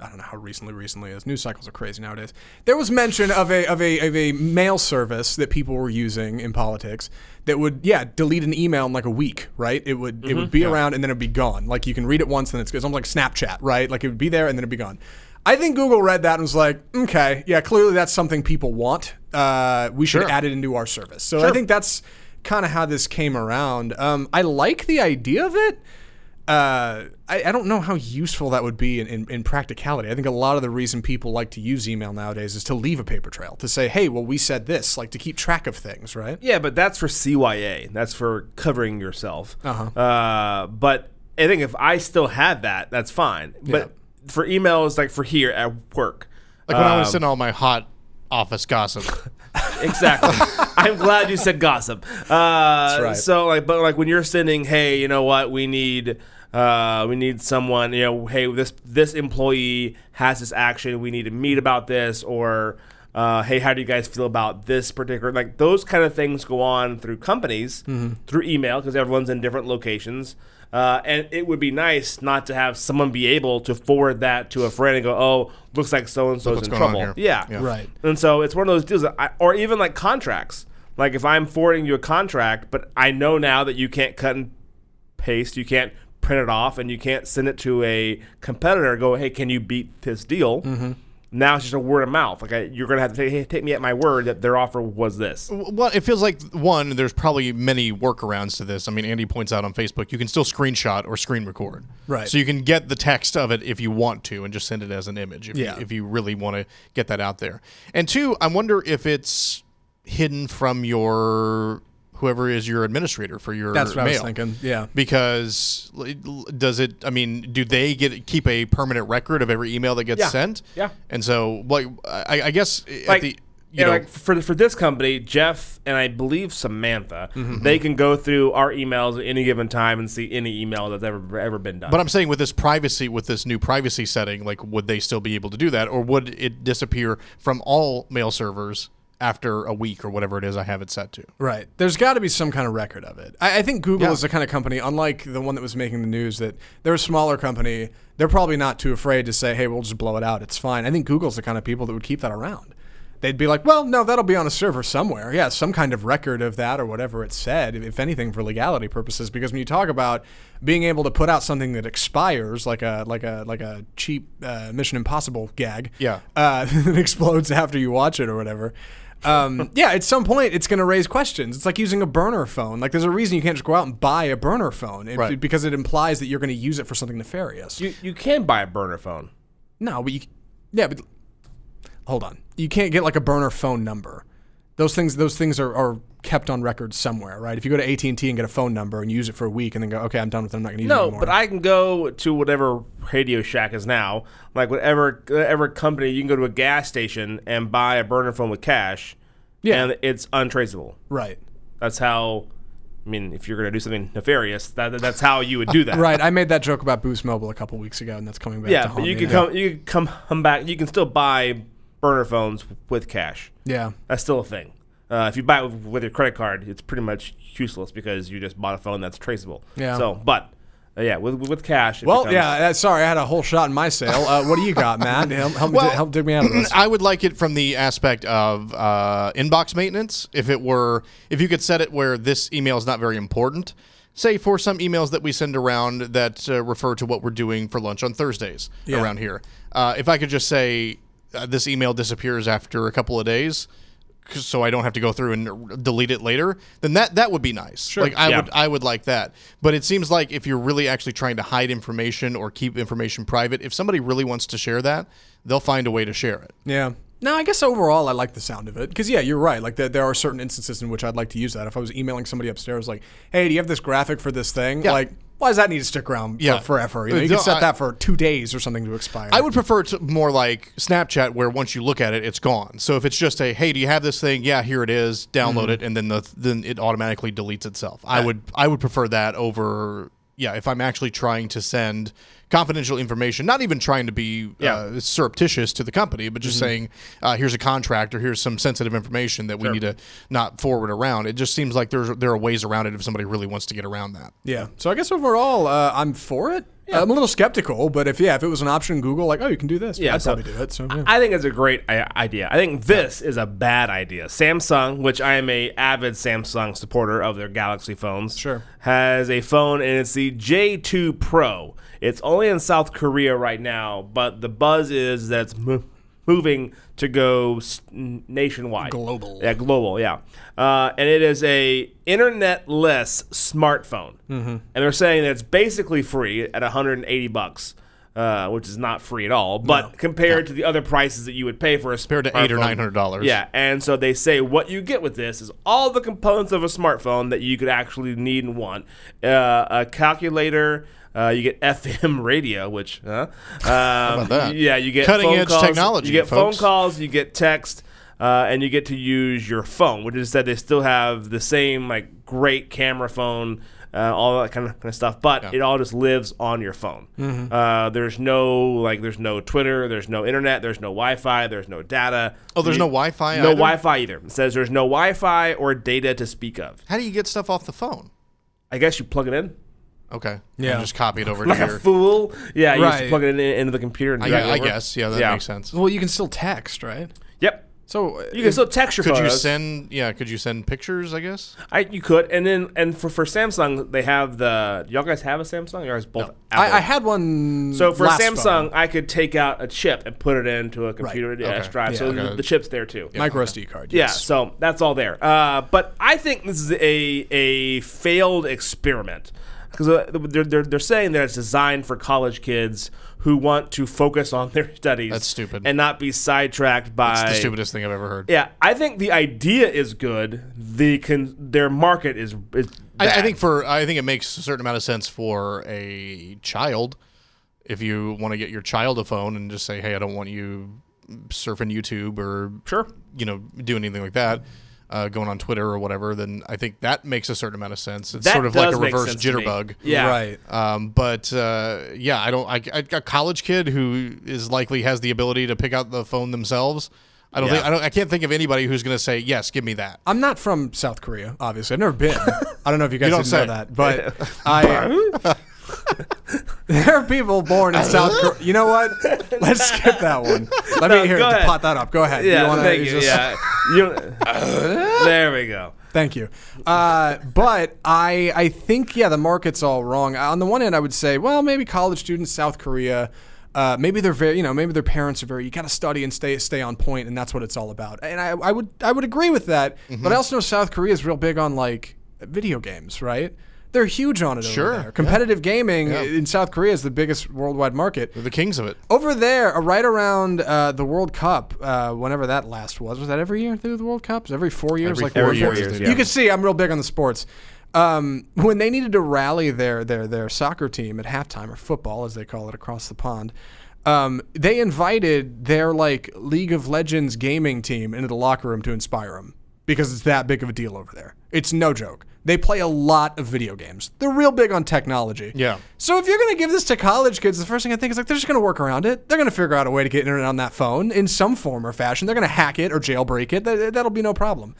I don't know how recently recently is. News cycles are crazy nowadays. There was mention of a of a of a mail service that people were using in politics that would yeah delete an email in like a week, right? It would it would be around and then it'd be gone. Like you can read it once and it's, it's almost like Snapchat, right? Like it would be there and then it'd be gone. I think Google read that and was like, okay, yeah, clearly that's something people want. Uh, we should add it into our service. So I think that's kind of how this came around. Um, I like the idea of it. Uh, I, I don't know how useful that would be in, in, in practicality. I think a lot of the reason people like to use email nowadays is to leave a paper trail to say, hey, well, we said this, like to keep track of things, right?
Yeah, but that's for CYA. That's for covering yourself. Uh-huh. but I think if I still had that, that's fine. But for emails, like for here at work,
Like when I was in all my hot office gossip. [laughs]
exactly. I'm glad you said gossip. Uh,
right.
So like, but like when you're sending, hey, you know what? We need, uh, we need someone. You know, hey, this this employee has this action. We need to meet about this, or Uh, hey, how do you guys feel about this particular? Like those kind of things go on through companies,
Mm-hmm.
through email, because everyone's in different locations. Uh, and it would be nice not to have someone be able to forward that to a friend and go, "Oh, looks like so and so's
what's
in
going on
trouble."
here.
Yeah,
Yeah.
Right.
and so it's one of those deals, that I, or even like contracts. Like if I'm forwarding you a contract, but I know now that you can't cut and paste, you can't print it off, and you can't send it to a competitor. and Go, hey, can you beat this deal? Mm-hmm. Now it's just a word of mouth. Like I, you're gonna have to take, hey, take me at my word that their offer was this.
Well, it feels like one. There's probably many workarounds to this. I mean, Andy points out on Facebook, you can still screenshot or screen record,
Right.
So you can get the text of it if you want to, and just send it as an image. If
Yeah.
You, if you really want to get that out there. And two, I wonder if it's hidden from your whoever is your administrator for your
That's what I was
mail.
thinking, yeah.
Because l- l- does it? I mean, do they get keep a permanent record of every email that gets
Yeah.
sent?
Yeah.
And so, like, I, I guess at
like,
the you
yeah,
know.
like for for this company, Jeff and I believe Samantha,
Mm-hmm.
they can go through our emails at any given time and see any email that's ever ever been done.
But I'm saying with this privacy, with this new privacy setting, like would they still be able to do that, or would it disappear from all mail servers after a week or whatever it is I have it set to?
Right. There's got to be some kind of record of it. I, I think Google
Yeah.
is the kind of company, unlike the one that was making the news, that they're a smaller company. They're probably not too afraid to say, hey, we'll just blow it out. It's fine. I think Google's the kind of people that would keep that around. They'd be like, well, no, that'll be on a server somewhere. Yeah, some kind of record of that or whatever it said, if- if anything, for legality purposes. Because when you talk about being able to put out something that expires, like a like a like a cheap uh, Mission Impossible gag,
Yeah.
uh, [laughs] that explodes after you watch it or whatever.
[laughs]
Um, yeah, at some point it's going to raise questions. It's like using a burner phone. Like there's a reason you can't just go out and buy a burner phone if-
Right.
because it implies that you're going to use it for something nefarious.
you you can buy a burner phone.
no, but you, yeah, but hold on. You can't get like a burner phone number. Those things, those things are, are kept on record somewhere, right? If you go to AT and T and get a phone number and use it for a week and then go, okay, I'm done with it. I'm not going to use it
No,
anymore.
but I can go to whatever Radio Shack is now, like whatever whatever company. You can go to a gas station and buy a burner phone with cash,
Yeah.
and it's untraceable. [laughs]
right.
That's how. I mean, if you're going to do something nefarious, that, that- that's how you would
[laughs]
do that.
Right, I made that joke about Boost Mobile a couple weeks ago, and that's coming back.
Yeah,
to
but
haunt
you
me
can
now.
come. You can come, come back. You can still buy burner phones with cash.
Yeah,
That's still a thing. Uh, if you buy it with, with your credit card, it's pretty much useless because you just bought a phone that's traceable.
Yeah.
So, but uh, yeah, with with cash. It
Well,
becomes-
yeah. That, sorry, I had a whole shot in my sale. Uh, what do you got, Matt? Help, help, me,
Well,
help dig me out of [clears throat] this.
I would like it from the aspect of uh, inbox maintenance. If it were, if you could set it where this email is not very important, say for some emails that we send around that uh, refer to what we're doing for lunch on Thursdays
Yeah.
around here. Uh, if I could just say uh, this email disappears after a couple of days. 'cause- So I don't have to go through and r- delete it later. Then that that would be nice. Sure. Like I
Yeah.
would I would like that. But it seems like if you're really actually trying to hide information or keep information private, if somebody really wants to share that, they'll find a way to share it.
Yeah. No, I guess overall I like the sound of it because yeah, you're right. Like there, there are certain instances in which I'd like to use that. If I was emailing somebody upstairs, like, hey, do you have this graphic for this thing?
Yeah.
Like, why does that need to stick around
Yeah.
for forever? You, know, you
No,
can set
I-
that for two days or something to expire.
I would prefer it to more like Snapchat, where once you look at it, it's gone. So if it's just a hey, do you have this thing? Yeah, here it is. Download it, and then the then it automatically deletes itself. I would I would prefer that over yeah. If I'm actually trying to send confidential information, not even trying to be uh, surreptitious to the company, but just saying uh, here's a contract or here's some sensitive information that we need to not forward around. It just seems like there's there are ways around it if somebody really wants to get around that.
Yeah. So I guess overall uh, I'm for it. I'm a little skeptical, but if yeah, if it was an option, Google like, oh, you can do this.
Yeah,
I'd
so-
probably do it. So yeah.
I think it's a great i- idea. I think this is a bad idea. Samsung, which I am a avid Samsung supporter of their Galaxy phones,
Sure.
has a phone and it's the J2 Pro. It's only in South Korea right now, but the buzz is that it's mo- moving to go s- n- nationwide.
Global.
Yeah, global, yeah. Uh, and it is a internet-less smartphone.
Mm-hmm.
And they're saying that it's basically free at 180 bucks. Uh, which is not free at all, but compared to the other prices that you would pay for a
Compared to
smartphone-
eight or $900.
Yeah, and so they say what you get with this is all the components of a smartphone that you could actually need and want. Uh, a calculator. Uh, you get FM radio, which
[laughs]
huh? um,
that?
yeah, you get
Cutting
phone
edge
calls,
technology,
You get
folks.
phone calls, you get text, uh, and you get to use your phone, which is that they still have the same like great camera phone. Uh, uh, all that kind of, kind of stuff. But it all just lives on your phone.
Mm-hmm.
Uh, there's no like, there's no Twitter, there's no internet, there's no Wi-Fi, there's no data.
Oh, there's
You-
no Wi-Fi
No
either?
Wi-Fi either. It says there's no Wi-Fi or data to speak of.
How do you get stuff off the phone?
I guess you plug it in. [laughs]
Okay.
Yeah.
And just copy it over to
Like a
here.
fool. Yeah, you just
Right.
plug it in, into the computer. And
I,
drag it
I
over.
guess. Yeah, that makes sense.
Well, you can still text, right?
Yep.
So uh,
You can still text your
Could you
photos.
send? Yeah. Could you send pictures? I guess.
I, you could, and then and for for Samsung, they have the. Y'all guys have a Samsung? You guys both. Apple?
I, I had one.
So for
last
Samsung,
phone.
I could take out a chip and put it into a computer
Right.
yeah,
Okay.
drive. so
Yeah.
the, the chip's there too. Yeah.
micro SD card.
Yeah,
Yes.
so that's all there. Uh, but I think this is a a failed experiment because uh, they're, they're they're saying that it's designed for college kids who want to focus on their [laughs] studies.
That's stupid.
And not be sidetracked by
It's the stupidest thing I've ever heard.
Yeah, I think the idea is good. The con- their market is is. Bad.
I, I think for I think it makes a certain amount of sense for a child if you want to get your child a phone and just say, hey, I don't want you surfing YouTube or
Sure.
you know, doing anything like that. Uh, going on Twitter or whatever, then I think that makes a certain amount of sense. It's
That
sort of like
does
a
make
reverse
sense to me.
jitterbug.
Yeah.
Right.
Um, but uh, yeah, I don't. I, I, a college kid who is likely has the ability to pick out the phone themselves. I don't
Yeah.
think. I don't. I can't think of anybody who's going to say yes. Give me that.
I'm not from South Korea, obviously. I've never
[laughs]
been. I don't know if you guys
don't
didn't know
say.
that, but I. [laughs] there are people born in South Korea. You know
[laughs]
what? Let's skip that one. Let
No,
me hear
go ahead.
pot that up. Go ahead.
Yeah,
You wanna-
thank
you
you.
just- [laughs]
yeah, You- there we go.
Thank you. Uh, but I, I think, yeah, the market's all wrong. Uh, On the one hand, I would say, well, maybe college students, South Korea, uh, maybe they're very, you know, maybe their parents are very, you got to study and stay, stay on point, and that's what it's all about. And I, I would, I would agree with that.
Mm-hmm.
But I also know South Korea is real big on like video games, right? They're huge on it.
Sure,
Over
yeah.
there. Competitive gaming in South Korea is the biggest worldwide market
They're the kings of it.
over there, uh, right around uh, the World Cup, uh, whenever that last was, was that every year through the World Cups? Every four years,
Every
like
four
every
years,
yeah.
You can see I'm real big on the sports. Um, when they needed to rally their their their soccer team at halftime or football, as they call it across the pond. Um, they invited their like League of Legends gaming team into the locker room to inspire them because it's that big of a deal over there. It's no joke. They play a lot of video games. They're real big on technology.
Yeah.
So if you're gonna give this to college kids, the first thing I think is like they're just gonna work around it. They're gonna figure out a way to get internet on that phone in some form or fashion. They're gonna hack it or jailbreak it. That, that'll be no problem.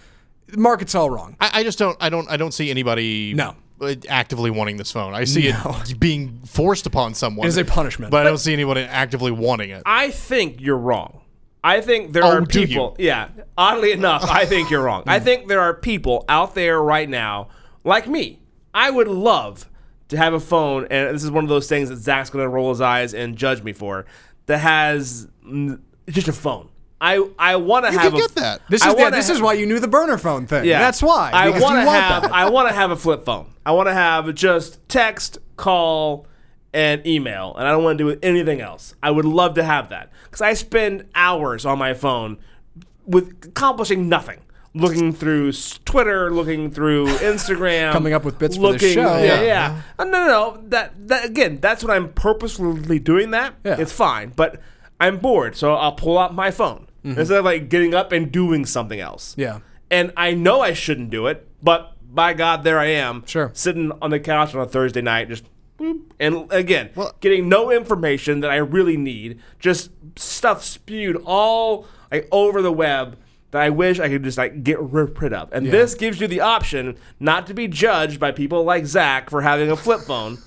The market's all wrong.
I, I just don't. I don't. I don't see anybody.
No.
uh, Actively wanting this phone, I see
[laughs]
it being forced upon someone.
It is a punishment.
but I don't see anyone actively wanting it.
I think you're wrong. I think there
Oh,
are
do you? Hmm.
people. Yeah. Oddly enough, I think you're wrong.
[laughs]
I think there are people out there right now, like me. I would love to have a phone, and this is one of those things that Zach's gonna roll his eyes and judge me for. That has mm, just a phone. I I want to
You
have
can
a,
get that.
This
I
is yeah,
wanna
this
ha-
is why you knew the burner phone thing.
Yeah,
That's why.
I
because you
wanna
want
have
that.
I want to have a flip phone. I want to have just text, call, and email, and I don't want to do anything else. I would love to have that because I spend hours on my phone with accomplishing nothing. Looking through s- Twitter, looking
[laughs]
through Instagram,
Coming up with bits for
looking,
this show.
Yeah,
Yeah.
yeah. Uh, No, no, no. That that again. That's when I'm purposefully doing that.
Yeah.
It's fine, but I'm bored, so I'll pull out my phone instead of like getting up and doing something else
Mm-hmm. Yeah.
and I know I shouldn't do it, but by God, there I am,
Sure.
sitting on the couch on a Thursday night, just boop, and again, getting no information that I really need, just stuff spewed all like over the web that I wish I could just like get ri- rid of. And this gives you the option not to be judged by people like Zach for having a flip phone.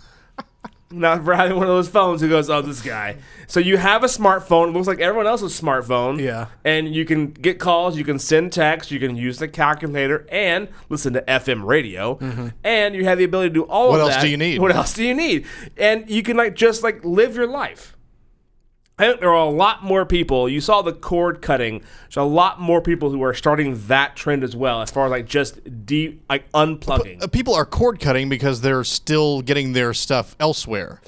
Not for having one of those phones who goes, oh, this guy. So you have a smartphone. It looks like everyone else's smartphone.
Yeah.
And you can get calls, you can send texts, you can use the calculator and listen to FM radio. And you have the ability to do all
Mm-hmm. What
of
else
that.
do you need?
What else do you need? And you can like just like live your life. I think there are a lot more people. You saw the cord cutting. There's a lot more people who are starting that trend as well, as far as like just de like unplugging.
Uh, People are cord cutting because they're still getting their stuff elsewhere.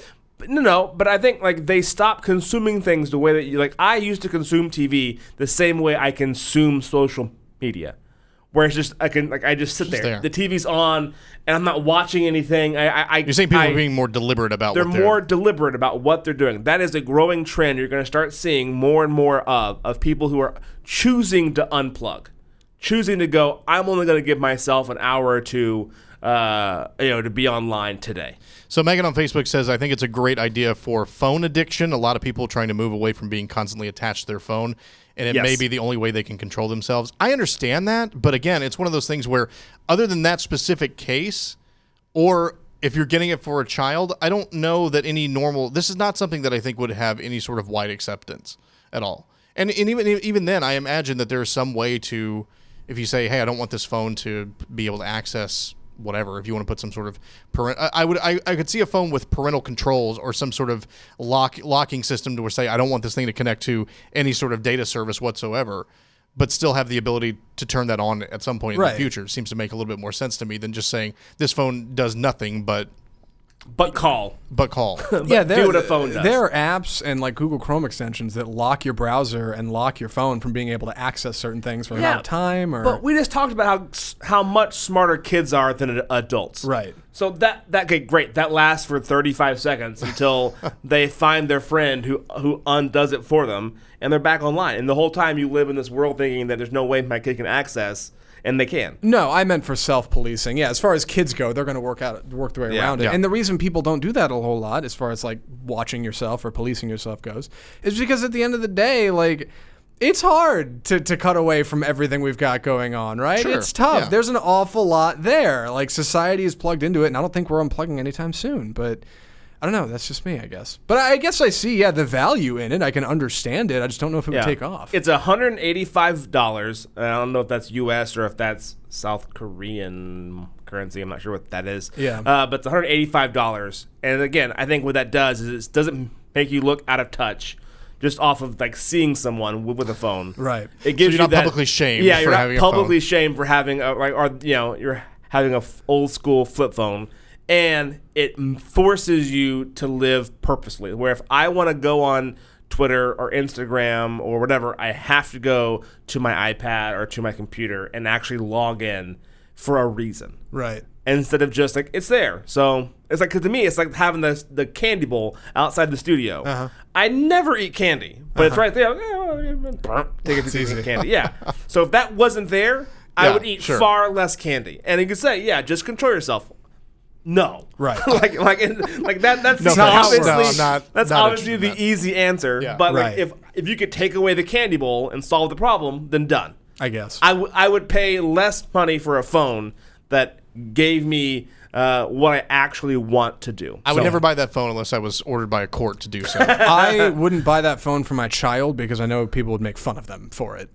No, no, but I think like they stop consuming things the way that you like. I used to consume TV the same way I consume social media, where it's just I can like I just sit there.
there.
The TV's on, and I'm not watching anything. I, I, I
You're saying people
I-
are being more deliberate about
they're
what they're
more deliberate about what they're doing. That is a growing trend. You're going to start seeing more and more of of people who are choosing to unplug, choosing to go. I'm only going to give myself an hour or two uh, you know, to be online today.
So Megan on Facebook says, I think it's a great idea for phone addiction. A lot of people trying to move away from being constantly attached to their phone, and it may
Yes.
be the only way they can control themselves. I understand that, but again, it's one of those things where, other than that specific case, or if you're getting it for a child, I don't know that any normal. This is not something that I think would have any sort of wide acceptance at all. And, and even even then, I imagine that there's some way to, if you say, "Hey, I don't want this phone to be able to access whatever," if you want to put some sort of parent, I, I would I, I could see a phone with parental controls or some sort of lock locking system to where say, "I don't want this thing to connect to any sort of data service whatsoever." But still have the ability to turn that on at some point in
Right.
the future seems to make a little bit more sense to me than just saying this phone does nothing but
But call.
but call.
yeah,
do what a phone does.
There are apps and like Google Chrome extensions that lock your browser and lock your phone from being able to access certain things for a amount of time. Or
But we just talked about how s- how much smarter kids are than ad- adults.
Right.
So that that okay, great. That lasts for 35
[laughs]
seconds until they find their friend who who undoes it for them and they're back online. And the whole time you live in this world thinking that there's no way my kid can access and they can.
No, I meant for self-policing. Yeah, as far as kids go, they're going to work out work the way around it.
yeah.
And the reason people don't do that a whole lot, as far as like watching yourself or policing yourself goes, is because at the end of the day, like. It's hard to, to cut away from everything we've got going on, right?
Sure,
It's tough.
yeah.
There's an awful lot there. Like society is plugged into it, and I don't think we're unplugging anytime soon. But I don't know. That's just me, I guess. But I guess I see, yeah, the value in it. I can understand it. I just don't know if it would take off.
It's $185. And I don't know if that's US or if that's South Korean currency. I'm not sure what that is.
Yeah.
Uh, but it's $185. And again, I think what that does is it doesn't make you look out of touch. Just off of like seeing someone with, with a phone,
Right.
It gives
you're
you
not
that-
publicly shamed
Yeah, you're
for
not
having a phone.
publicly shamed for having a like, or you know, you're having a f- old school flip phone, and it m- forces you to live purposely. Where if I want to go on Twitter or Instagram or whatever, I have to go to my iPad or to my computer and actually log in for a reason
right.
instead of just like it's there. So it's like 'cause to me, it's like having the the candy bowl outside the studio.
Uh-huh.
I never eat candy, but it's right there. Take it easy. Candy,
[laughs]
yeah. so if that wasn't there, I
Yeah,
would eat
sure.
far less candy. And you could say, yeah, just control yourself. No,
Right.
[laughs] like, like, and, like that. That's
No,
not
thanks.
obviously
No, I'm not-
that's
not
obviously
interested
the
in that.
easy answer.
Yeah.
But like,
Right.
if if you could take away the candy bowl and solve the problem, then done.
I guess.
I, w- I would pay less money for a phone that gave me uh, what I actually want to do.
I would never buy that phone unless I was ordered by a court to do so.
I wouldn't buy that phone for my child because I know people would make fun of them for it,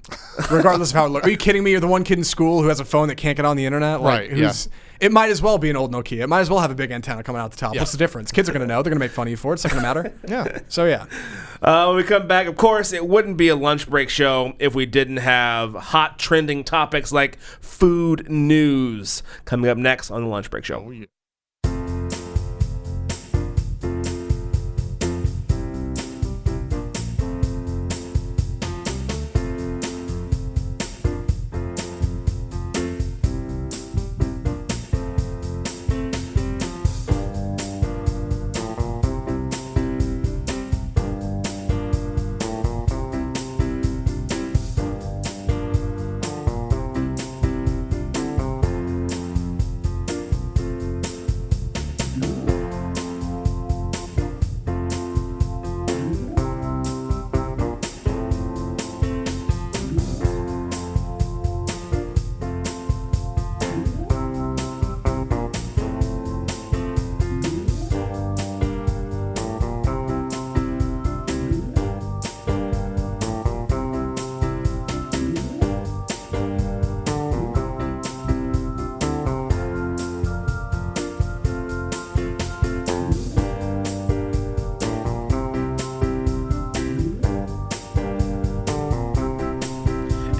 regardless of how it looks. Are you kidding me? You're the one kid in school who has a phone that can't get on the internet. Like,
Right, yeah.
Who's, It might as well be an old Nokia. It might as well have a big antenna coming out the top. What's the difference? Kids are gonna know. They're gonna make fun of you for it. It's not gonna matter.
[laughs] yeah.
So yeah,
Uh, when we come back, of course, it wouldn't be a lunch break show if we didn't have hot trending topics like food news coming up next on the lunch break show.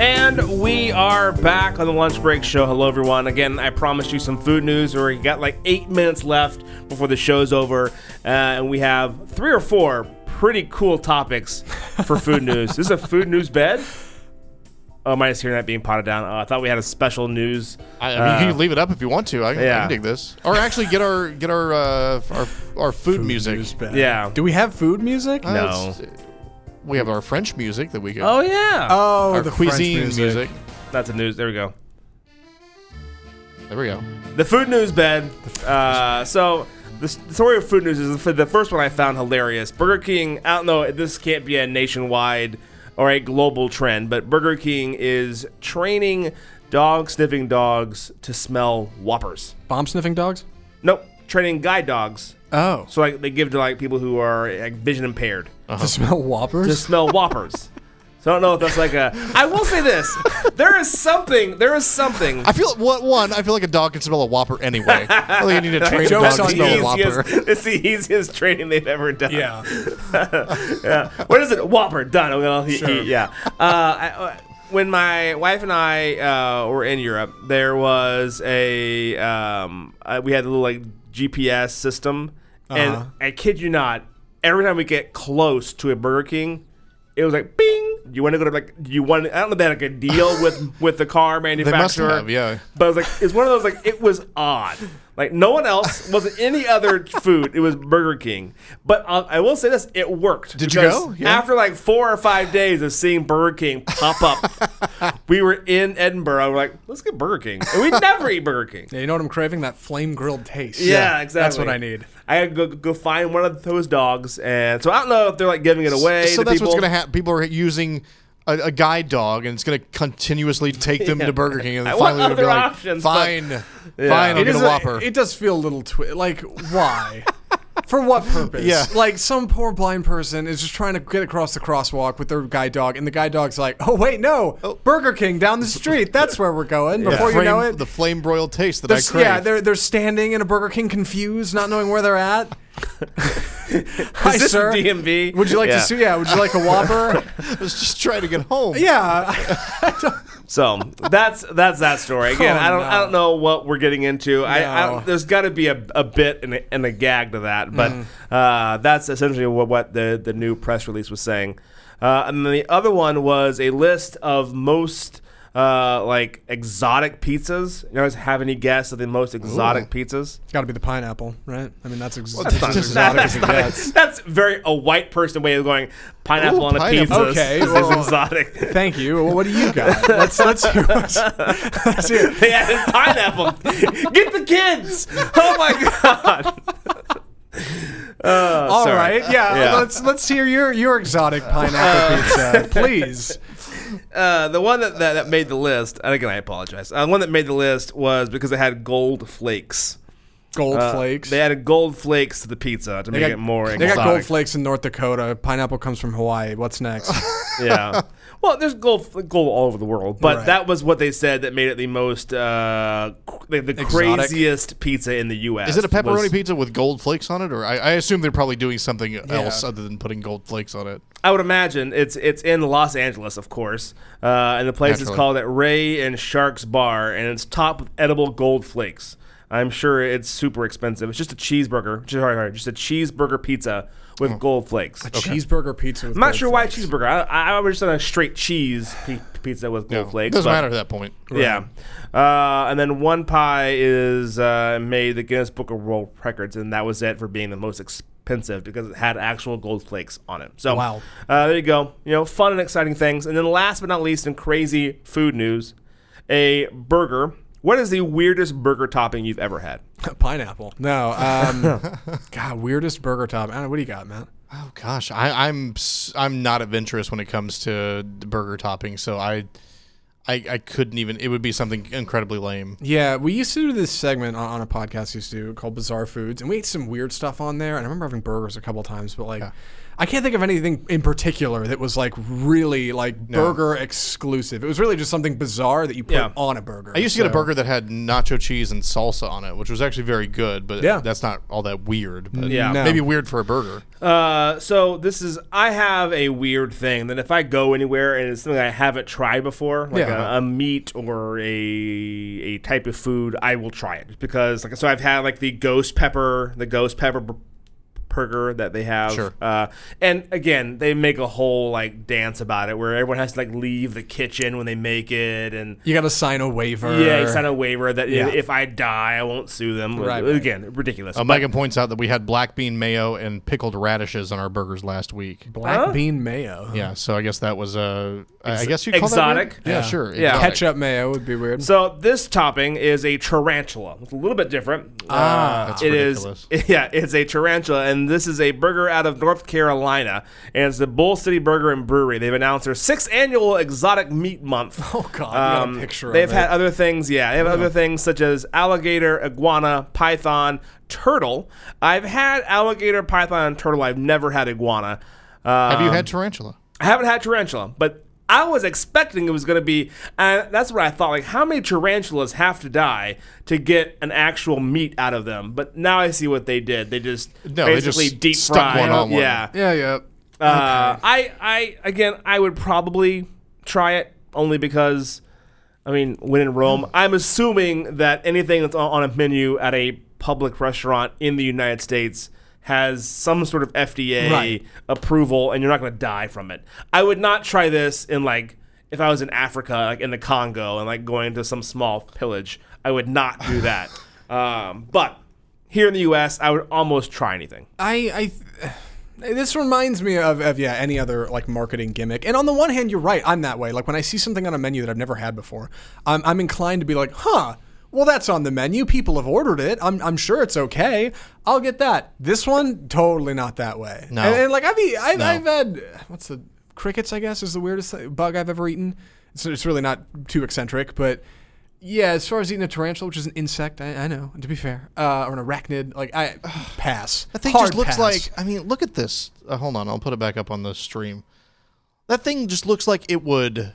And we are back on the lunch break show. Hello, everyone. Again, I promised you some food news, or you got like eight minutes left before the show's over. Uh, and we have three or four pretty cool topics for [laughs] food news. This is a food news bed. Oh, am I just hearing that being potted down? Oh, I thought we had a special news.
I, I mean, you can leave it up if you want to. I, can- I
yeah.
can dig this. Or actually, get our get our uh, our, our food, music.
Who's bad?
Yeah.
Do we have food music?
Uh,
No.
it's- We have our French music that we can.
Oh, yeah.
Oh,
our
the French
cuisine music.
That's a news. There we go.
There we go.
The food news bed. Uh, so the s- the story of food news is the the first one I found hilarious. Burger King. I don't know. This can't be a nationwide or a global trend, but Burger King is training dog sniffing dogs to smell whoppers.
Bomb sniffing dogs?
Nope, training guide dogs.
Oh.
So like they give to like people who are like vision impaired
Uh-huh.
To smell whoppers?
to smell whoppers. So I don't know if that's like a. I will say this: there is something. There is something.
I feel what one. I feel like a dog can smell a whopper anyway. I think you need to train a
Joke's
dog
on
to
you.
smell a
He's-
whopper.
Easiest, [laughs] it's the easiest training they've ever done. [laughs] yeah. What is it? Whopper. Done. I'm gonna eat- eat, yeah. Uh, I, uh, when my wife and I uh, were in Europe, there was a um, uh, we had a little like GPS system,
Uh-huh.
and I kid you not, every time we get close to a Burger King, it was like bing. You want to go to like you want? I don't know if they had like a deal with with the car manufacturer.
have, yeah.
But it was like, it's one of those like it was odd. Like no one else wasn't any other food. It was Burger King. But uh, I will say this: it worked.
Did you
because
go? Yeah.
After like four or five days of seeing Burger King pop up, we were in Edinburgh. We're like, let's get Burger King. And we never eat Burger King.
Yeah, you know what I'm craving? That flame grilled taste.
Yeah, exactly.
That's what I need.
I gotta go, go find one of those dogs, and so I don't know if they're like giving it away.
so
to
that's
people.
what's gonna happen. People are using a, a guide dog, and it's gonna continuously
[laughs]
take them to Burger King, and
I
then
want
finally they'll be
other
like,
options, but-
"Fine, fine, I'll
It
get a
is a-
Whopper."
it does feel a little twi- like why? For what purpose?
Yeah.
Like some poor blind person is just trying to get across the crosswalk with their guide dog, and the guide dog's like, "Oh wait, no, Burger King down the street. That's where we're going."
The
Before you
flame-
know it,
the flame broiled taste that
they're,
I
s-
crave.
yeah, they're they're standing in a Burger King, confused, not knowing where they're
[laughs]
at. Hi,
Is this
sir.
DMV?
Would you like
Yeah.
to see? Yeah, would you like a
[laughs]
Whopper?
[laughs] I was just trying to get home.
yeah, [laughs]
So that's that's that story. Again,
Oh,
I don't I
no.
don't know what we're getting into. I, I
No.
don't, there's got to be a, a bit and a, and a gag to that, but
Mm.
uh, that's essentially what, what the the new press release was saying. Uh, and then the other one was a list of most uh, like exotic pizzas. You guys have any guess of the most
[laughs]
exotic pizzas?
got to be the pineapple, right? I mean, that's, ex-
[laughs] that's
that's
not
exotic as it
not-
gets.
that's very a white person way of going pineapple
Ooh,
on a
pineapple.
pizza.
Okay,
is, is
well-
exotic.
Thank you. Well, what do you
[laughs]
got? Let's let's hear. What's, let's hear.
they added pineapple. Get the kids! Oh my god! Uh,
[laughs] All
sorry.
right. Yeah,
Yeah.
Let's let's hear your your exotic
[laughs]
pineapple pizza, please.
Uh, the one that, that, that made the list, and again, I apologize. Uh, the one that made the list was because it had gold flakes.
Gold
Uh,
flakes.
They added gold flakes to the pizza to make it more
They
exotic.
got gold flakes in North Dakota. Pineapple comes from Hawaii. What's
[laughs]
next?
yeah. Well, there's gold gold all over the world, but
Right.
that was what they said that made it the most uh, cr- the, the
Exotic.
craziest pizza in the U.S.
Is it a pepperoni
was-
pizza with gold flakes on it, or I, I assume they're probably doing something else
Yeah.
other than putting gold flakes on it?
I would imagine it's it's in Los Angeles, of course, uh, and the place is
Naturally.
called at Ray and Sharks Bar, and it's topped with edible gold flakes. I'm sure it's super expensive. It's just a cheeseburger. Just, sorry, sorry, just a cheeseburger pizza
Hmm.
with gold flakes.
Cheeseburger pizza. With
I'm not
gold
sure why
flakes.
cheeseburger. I, I I was just on a straight cheese pi- pizza with gold
Yeah.
flakes.
Doesn't
but-
matter at that point.
Yeah, uh, and then one pie is uh, made the Guinness Book of World Records, and that was it for being the most expensive because it had actual gold flakes on it. So
Wow.
uh, there you go. You know, fun and exciting things. And then last but not least, in crazy food news, a burger. What is the weirdest burger topping you've ever had?
[laughs] Pineapple. No.
[laughs]
Um, God, weirdest burger top. I don't know. What do you got, man?
Oh gosh, I, I'm s- I'm not adventurous when it comes to the burger topping, so I, I I couldn't even. It would be something incredibly lame.
Yeah, we used to do this segment on, on a podcast we used to do called Bizarre Foods, and we ate some weird stuff on there. And I remember having burgers a couple times, but like, I can't think of anything in particular that was like really like burger exclusive. It was really just something bizarre that you put
Yeah.
on a burger.
I used to get a burger that had nacho cheese and salsa on it, which was actually very good, but
Yeah.
that's not all that weird. But
Yeah. No.
maybe weird for a burger. [laughs]
Uh, so this is I have a weird thing that if I go anywhere and it's something I haven't tried before, like
Yeah.
a, a meat or a a type of food, I will try it because like so I've had like the ghost pepper, the ghost pepper b- burger that they have.
Sure.
Uh, and again, they make a whole like dance about it where everyone has to like leave the kitchen when they make it and
You got to sign a waiver.
yeah, you sign a waiver that i-
Yeah.
if I die, I won't sue them.
Right, right.
Again, ridiculous.
Uh, Megan points out that we had black bean mayo and pickled radishes on our burgers last week.
black bean mayo.
Yeah, so I guess that was uh, I I guess you
exotic?
Yeah, yeah, sure.
Yeah.
exotic.
Ketchup mayo would be weird.
So this topping is a tarantula. It's a little bit different. Ah,
that's ridiculous.
[laughs] yeah, it's a tarantula, and this is a burger out of North Carolina, and it's the Bull City Burger and Brewery. They've announced their sixth annual Exotic Meat Month.
Oh God, I got a picture of
um, They've
it.
had other things, yeah. They have other things such as alligator, iguana, python, turtle. I've had alligator, python, and turtle. I've never had iguana. Uh,
Have you had tarantula?
I haven't had tarantula, but I was expecting it was going to be. Uh, that's what I thought. Like, how many tarantulas have to die to get an actual meat out of them? But now I see what they did. They just
No, they just
basically deep
stuck
fried.
one on one.
Yeah.
yeah, yeah.
Uh, I, I, again, I would probably try it only because, I mean, when in Rome, I'm assuming that anything that's on on a menu at a public restaurant in the United States has some sort of FDA
Right.
approval, and you're not going to die from it. I would not try this in like if I was in Africa, like in the Congo, and like going to some small pillage. I would not do that. um, but here in the U.S., I would almost try anything.
I, I [sighs] th- this reminds me of, of yeah any other like marketing gimmick. And on the one hand, you're right. I'm that way. Like when I see something on a menu that I've never had before, I'm, I'm inclined to be like, huh. Well, that's on the menu. People have ordered it. I'm, I'm sure it's okay. I'll get that. This one, totally not that way.
No.
And, and, like I've, eat- I've,
No.
I've had what's the crickets? I guess is the weirdest thing- bug I've ever eaten. It's, it's really not too eccentric, but yeah. As far as eating a tarantula, which is an insect, I, I know. To be fair, uh, or an arachnid, like [sighs] I pass.
That thing
Hard
just looks
pass.
like. I mean, look at this. Uh, hold on, I'll put it back up on the stream. That thing just looks like it would,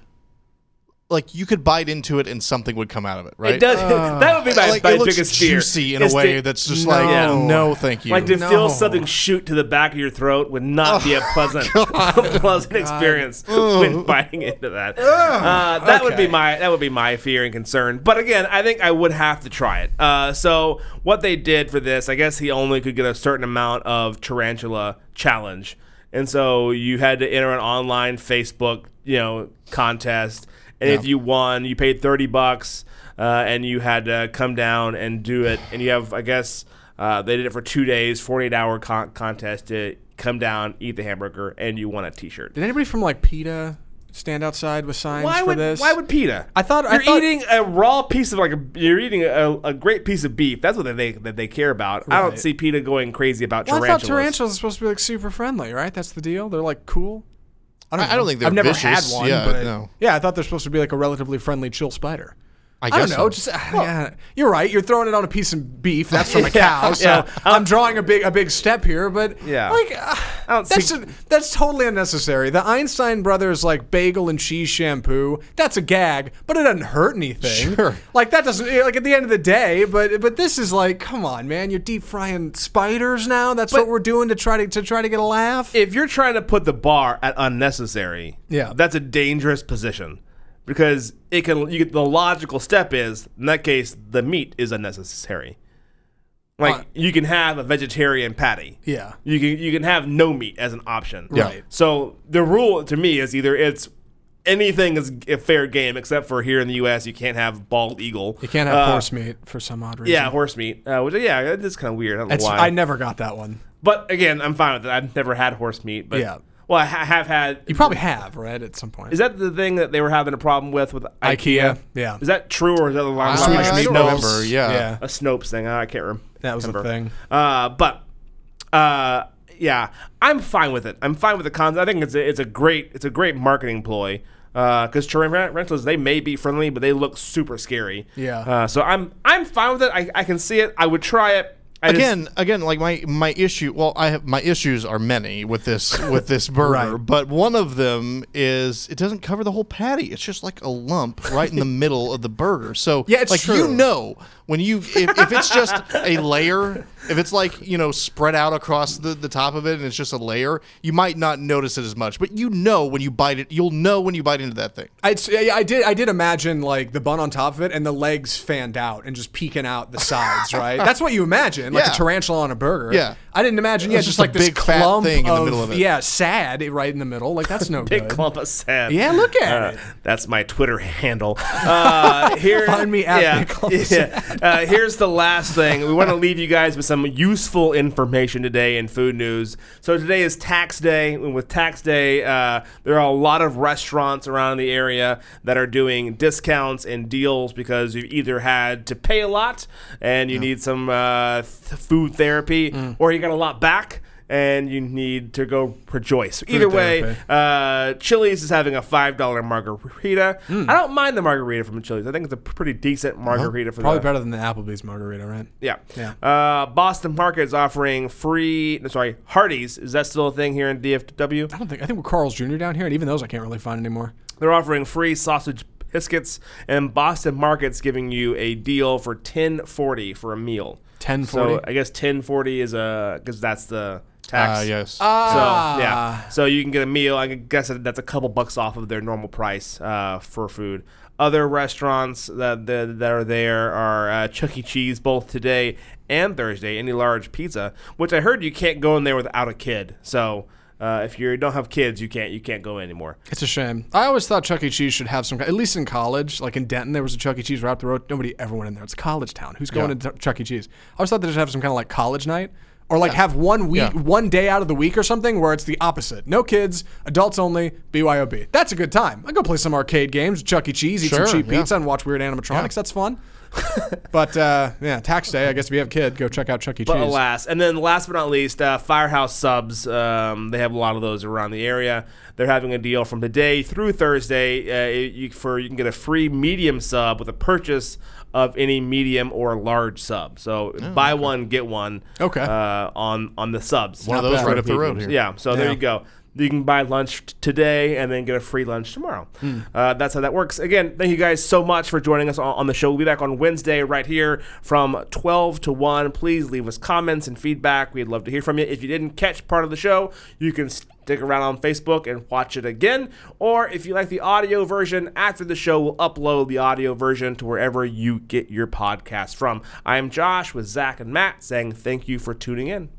like you could bite into it and something would come out of it, right?
It does. [laughs] that would be my,
Ah. like,
my
it looks
biggest fear.
juicy in a
is to-
way that's just like
No.
no, Oh, thank you.
like to
No.
feel something shoot to the back of your throat would not be a
[laughs]
pleasant, [laughs] pleasant experience when biting into that. Uh, that would be
Okay.
my that would be my fear and concern. But again, I think I would have to try it. Uh, so what they did for this, I guess he only could get a certain amount of tarantula challenge, and so you had to enter an online Facebook you know contest, and if you won, you paid thirty bucks. Uh, and you had to come down and do it, and you have, I guess, uh, they did it for two days, 48 hour con- contest to come down, eat the hamburger, and you won a t shirt.
Did anybody from like PETA stand outside with signs
Why
for
would,
this?
why would PETA?
I thought-
you're
I thought-
eating a raw piece of like a, you're eating a, a great piece of beef. That's what they that they care about. I don't
Right.
see PETA going crazy about
Well, I
tarantulas.
thought tarantulas are supposed to be like super friendly, right? That's the deal. They're like cool.
I- I don't think they're
I've never
vicious.
had one.
Yeah,
but
no.
yeah, I thought they're supposed to be like a relatively friendly, chill spider.
I
I don't
guess
know.
so.
Just uh, yeah, you're right. You're throwing it on a piece of beef. That's
[laughs]
from a cow. So
yeah.
I'm drawing a big a big step here, but
Yeah.
like uh,
I don't
that's
see-
a- that's totally unnecessary. The Einstein brothers like bagel and cheese shampoo. That's a gag, but it doesn't hurt anything.
Sure.
Like that doesn't eh, like at the end of the day. But but this is like, come on, man. You're deep frying spiders now. That's what we're doing to try to to try to get a laugh.
if you're trying to put the bar at unnecessary,
Yeah.
that's a dangerous position because it can. You, the logical step is in that case, the meat is unnecessary. Like
Uh,
you can have a vegetarian patty.
Yeah.
you can you can have no meat as an option.
Yeah. Right.
So the rule to me is either it's anything is a fair game except for here in the U.S. you can't have bald eagle.
you can't have
Uh,
horse meat for some odd reason.
Yeah, horse meat. Uh, which yeah, it's kind of weird. I don't know
It's-
why.
I never got that one.
But again, I'm fine with it. I've never had horse meat, but
Yeah.
well, I ha- have had.
You probably have, right? At some point.
Is that the thing that they were having a problem with with IKEA?
IKEA? Yeah.
Is that true or is that the line?
Swedish
I
meat
don't
November,
know.
yeah.
Yeah.
A Snopes thing. I can't remember.
That was the
remember.
thing.
Uh, but uh, yeah, I'm fine with it. I'm fine with the cons. I think it's a, it's a great it's a great marketing ploy. uh, Because tarantulas, they may be friendly, but they look super scary.
Yeah.
Uh, so I'm I'm fine with it. I, I can see it. I would try it. I just-
again, again, like my my issue. Well, I have my issues are many
[laughs]
with this with this
Right.
burger, but one of them is it doesn't cover the whole patty. It's just like a lump
[laughs]
right in the middle of the burger. So
Yeah, it's
like
true.
you know when you if,
[laughs]
if it's just a layer, if it's like you know spread out across the the top of it and it's just a layer, you might not notice it as much, but you know when you bite it, you'll know when you bite into that thing.
I, it's- yeah, I did. I did imagine
[laughs]
like the bun on top of it and the legs fanned out and just peeking out the sides. Right. That's what you imagine. like
Yeah.
a tarantula on a burger.
Yeah.
I didn't imagine. Yeah,
was
just,
just a
like this
big fat
clump
thing in the
of-
middle of it.
Yeah, sad eh, right in the middle. Like
[laughs]
that's no
Big
good.
[laughs] clump of sand.
Yeah, look at
Uh,
it.
That's my Twitter
[laughs]
handle. Uh, here,
Find me at
yeah,
Big Clump of
yeah. Uh, here's the last thing. We want to leave you guys with some useful information today in food news. So today is tax day, and with tax day, uh, there are a lot of restaurants around the area that are doing discounts and deals because you've either had to pay a lot and you need some uh, th- food therapy,
Mm.
or you got a lot back. And you need to go rejoice. Either way,
therapy.
uh, Chili's is having a five dollar margarita. I don't mind the margarita from Chili's. I think it's a pretty decent margarita for
Probably
the,
better than the Applebee's margarita, right?
Yeah.
Yeah.
Uh, Boston Market is offering free. no, Sorry, Hardee's. Is that still a thing here in
I
DFW?
don't think. I think we're Carl's Jr. down here, and even those I can't really find anymore.
They're offering free sausage biscuits, and Boston Market's giving you a deal for ten forty for a meal. So
10.40?
I guess ten forty is a because that's the tax.
Ah, yes.
So
Ah.
yeah, so you can get a meal. I guess that's a couple bucks off of their normal price uh, for food. Other restaurants that that, that are there are uh, Chuck E. Cheese both today and Thursday. Any large pizza, which I heard you can't go in there without a kid. So uh, if you don't have kids, you can't you can't go anymore.
It's a shame. I always thought Chuck E. Cheese should have some, at least in college. Like in Denton, there was a Chuck E. Cheese right up the road. Nobody ever went in there. It's a college town. Who's going to Chuck E. Cheese? I always thought they should have some kind of like college night, or like have one week,
Yeah.
one day out of the week or something where it's the opposite. No kids, adults only, BYOB. That's a good time. I go play some arcade games, Chuck E. Cheese, eat
Sure,
some cheap
yeah.
pizza, and watch weird animatronics. That's
[laughs]
fun. but uh, yeah, tax day. I guess if you have a kid, go check out Chuck E.
But
Cheese.
alas, and then last but not least, uh, Firehouse Subs. Um, they have a lot of those around the area. They're having a deal from today through Thursday. Uh, you, for you can get a free medium sub with a purchase of any medium or large sub. So buy one get one.
Okay.
Uh, on on the subs.
One of those
bad.
right up the
People
road here.
Yeah, so there
Yeah.
you go. You can buy lunch t- today and then get a free lunch tomorrow.
Hmm.
Uh, that's how that works. Again, thank you guys so much for joining us on, on the show. We'll be back on Wednesday right here from 12 to 1. Please leave us comments and feedback. We'd love to hear from you. If you didn't catch part of the show, you can stick around on Facebook and watch it again. Or if you like the audio version, after the show, we'll upload the audio version to wherever you get your podcast from. I'm Josh with Zach and Matt saying thank you for tuning in.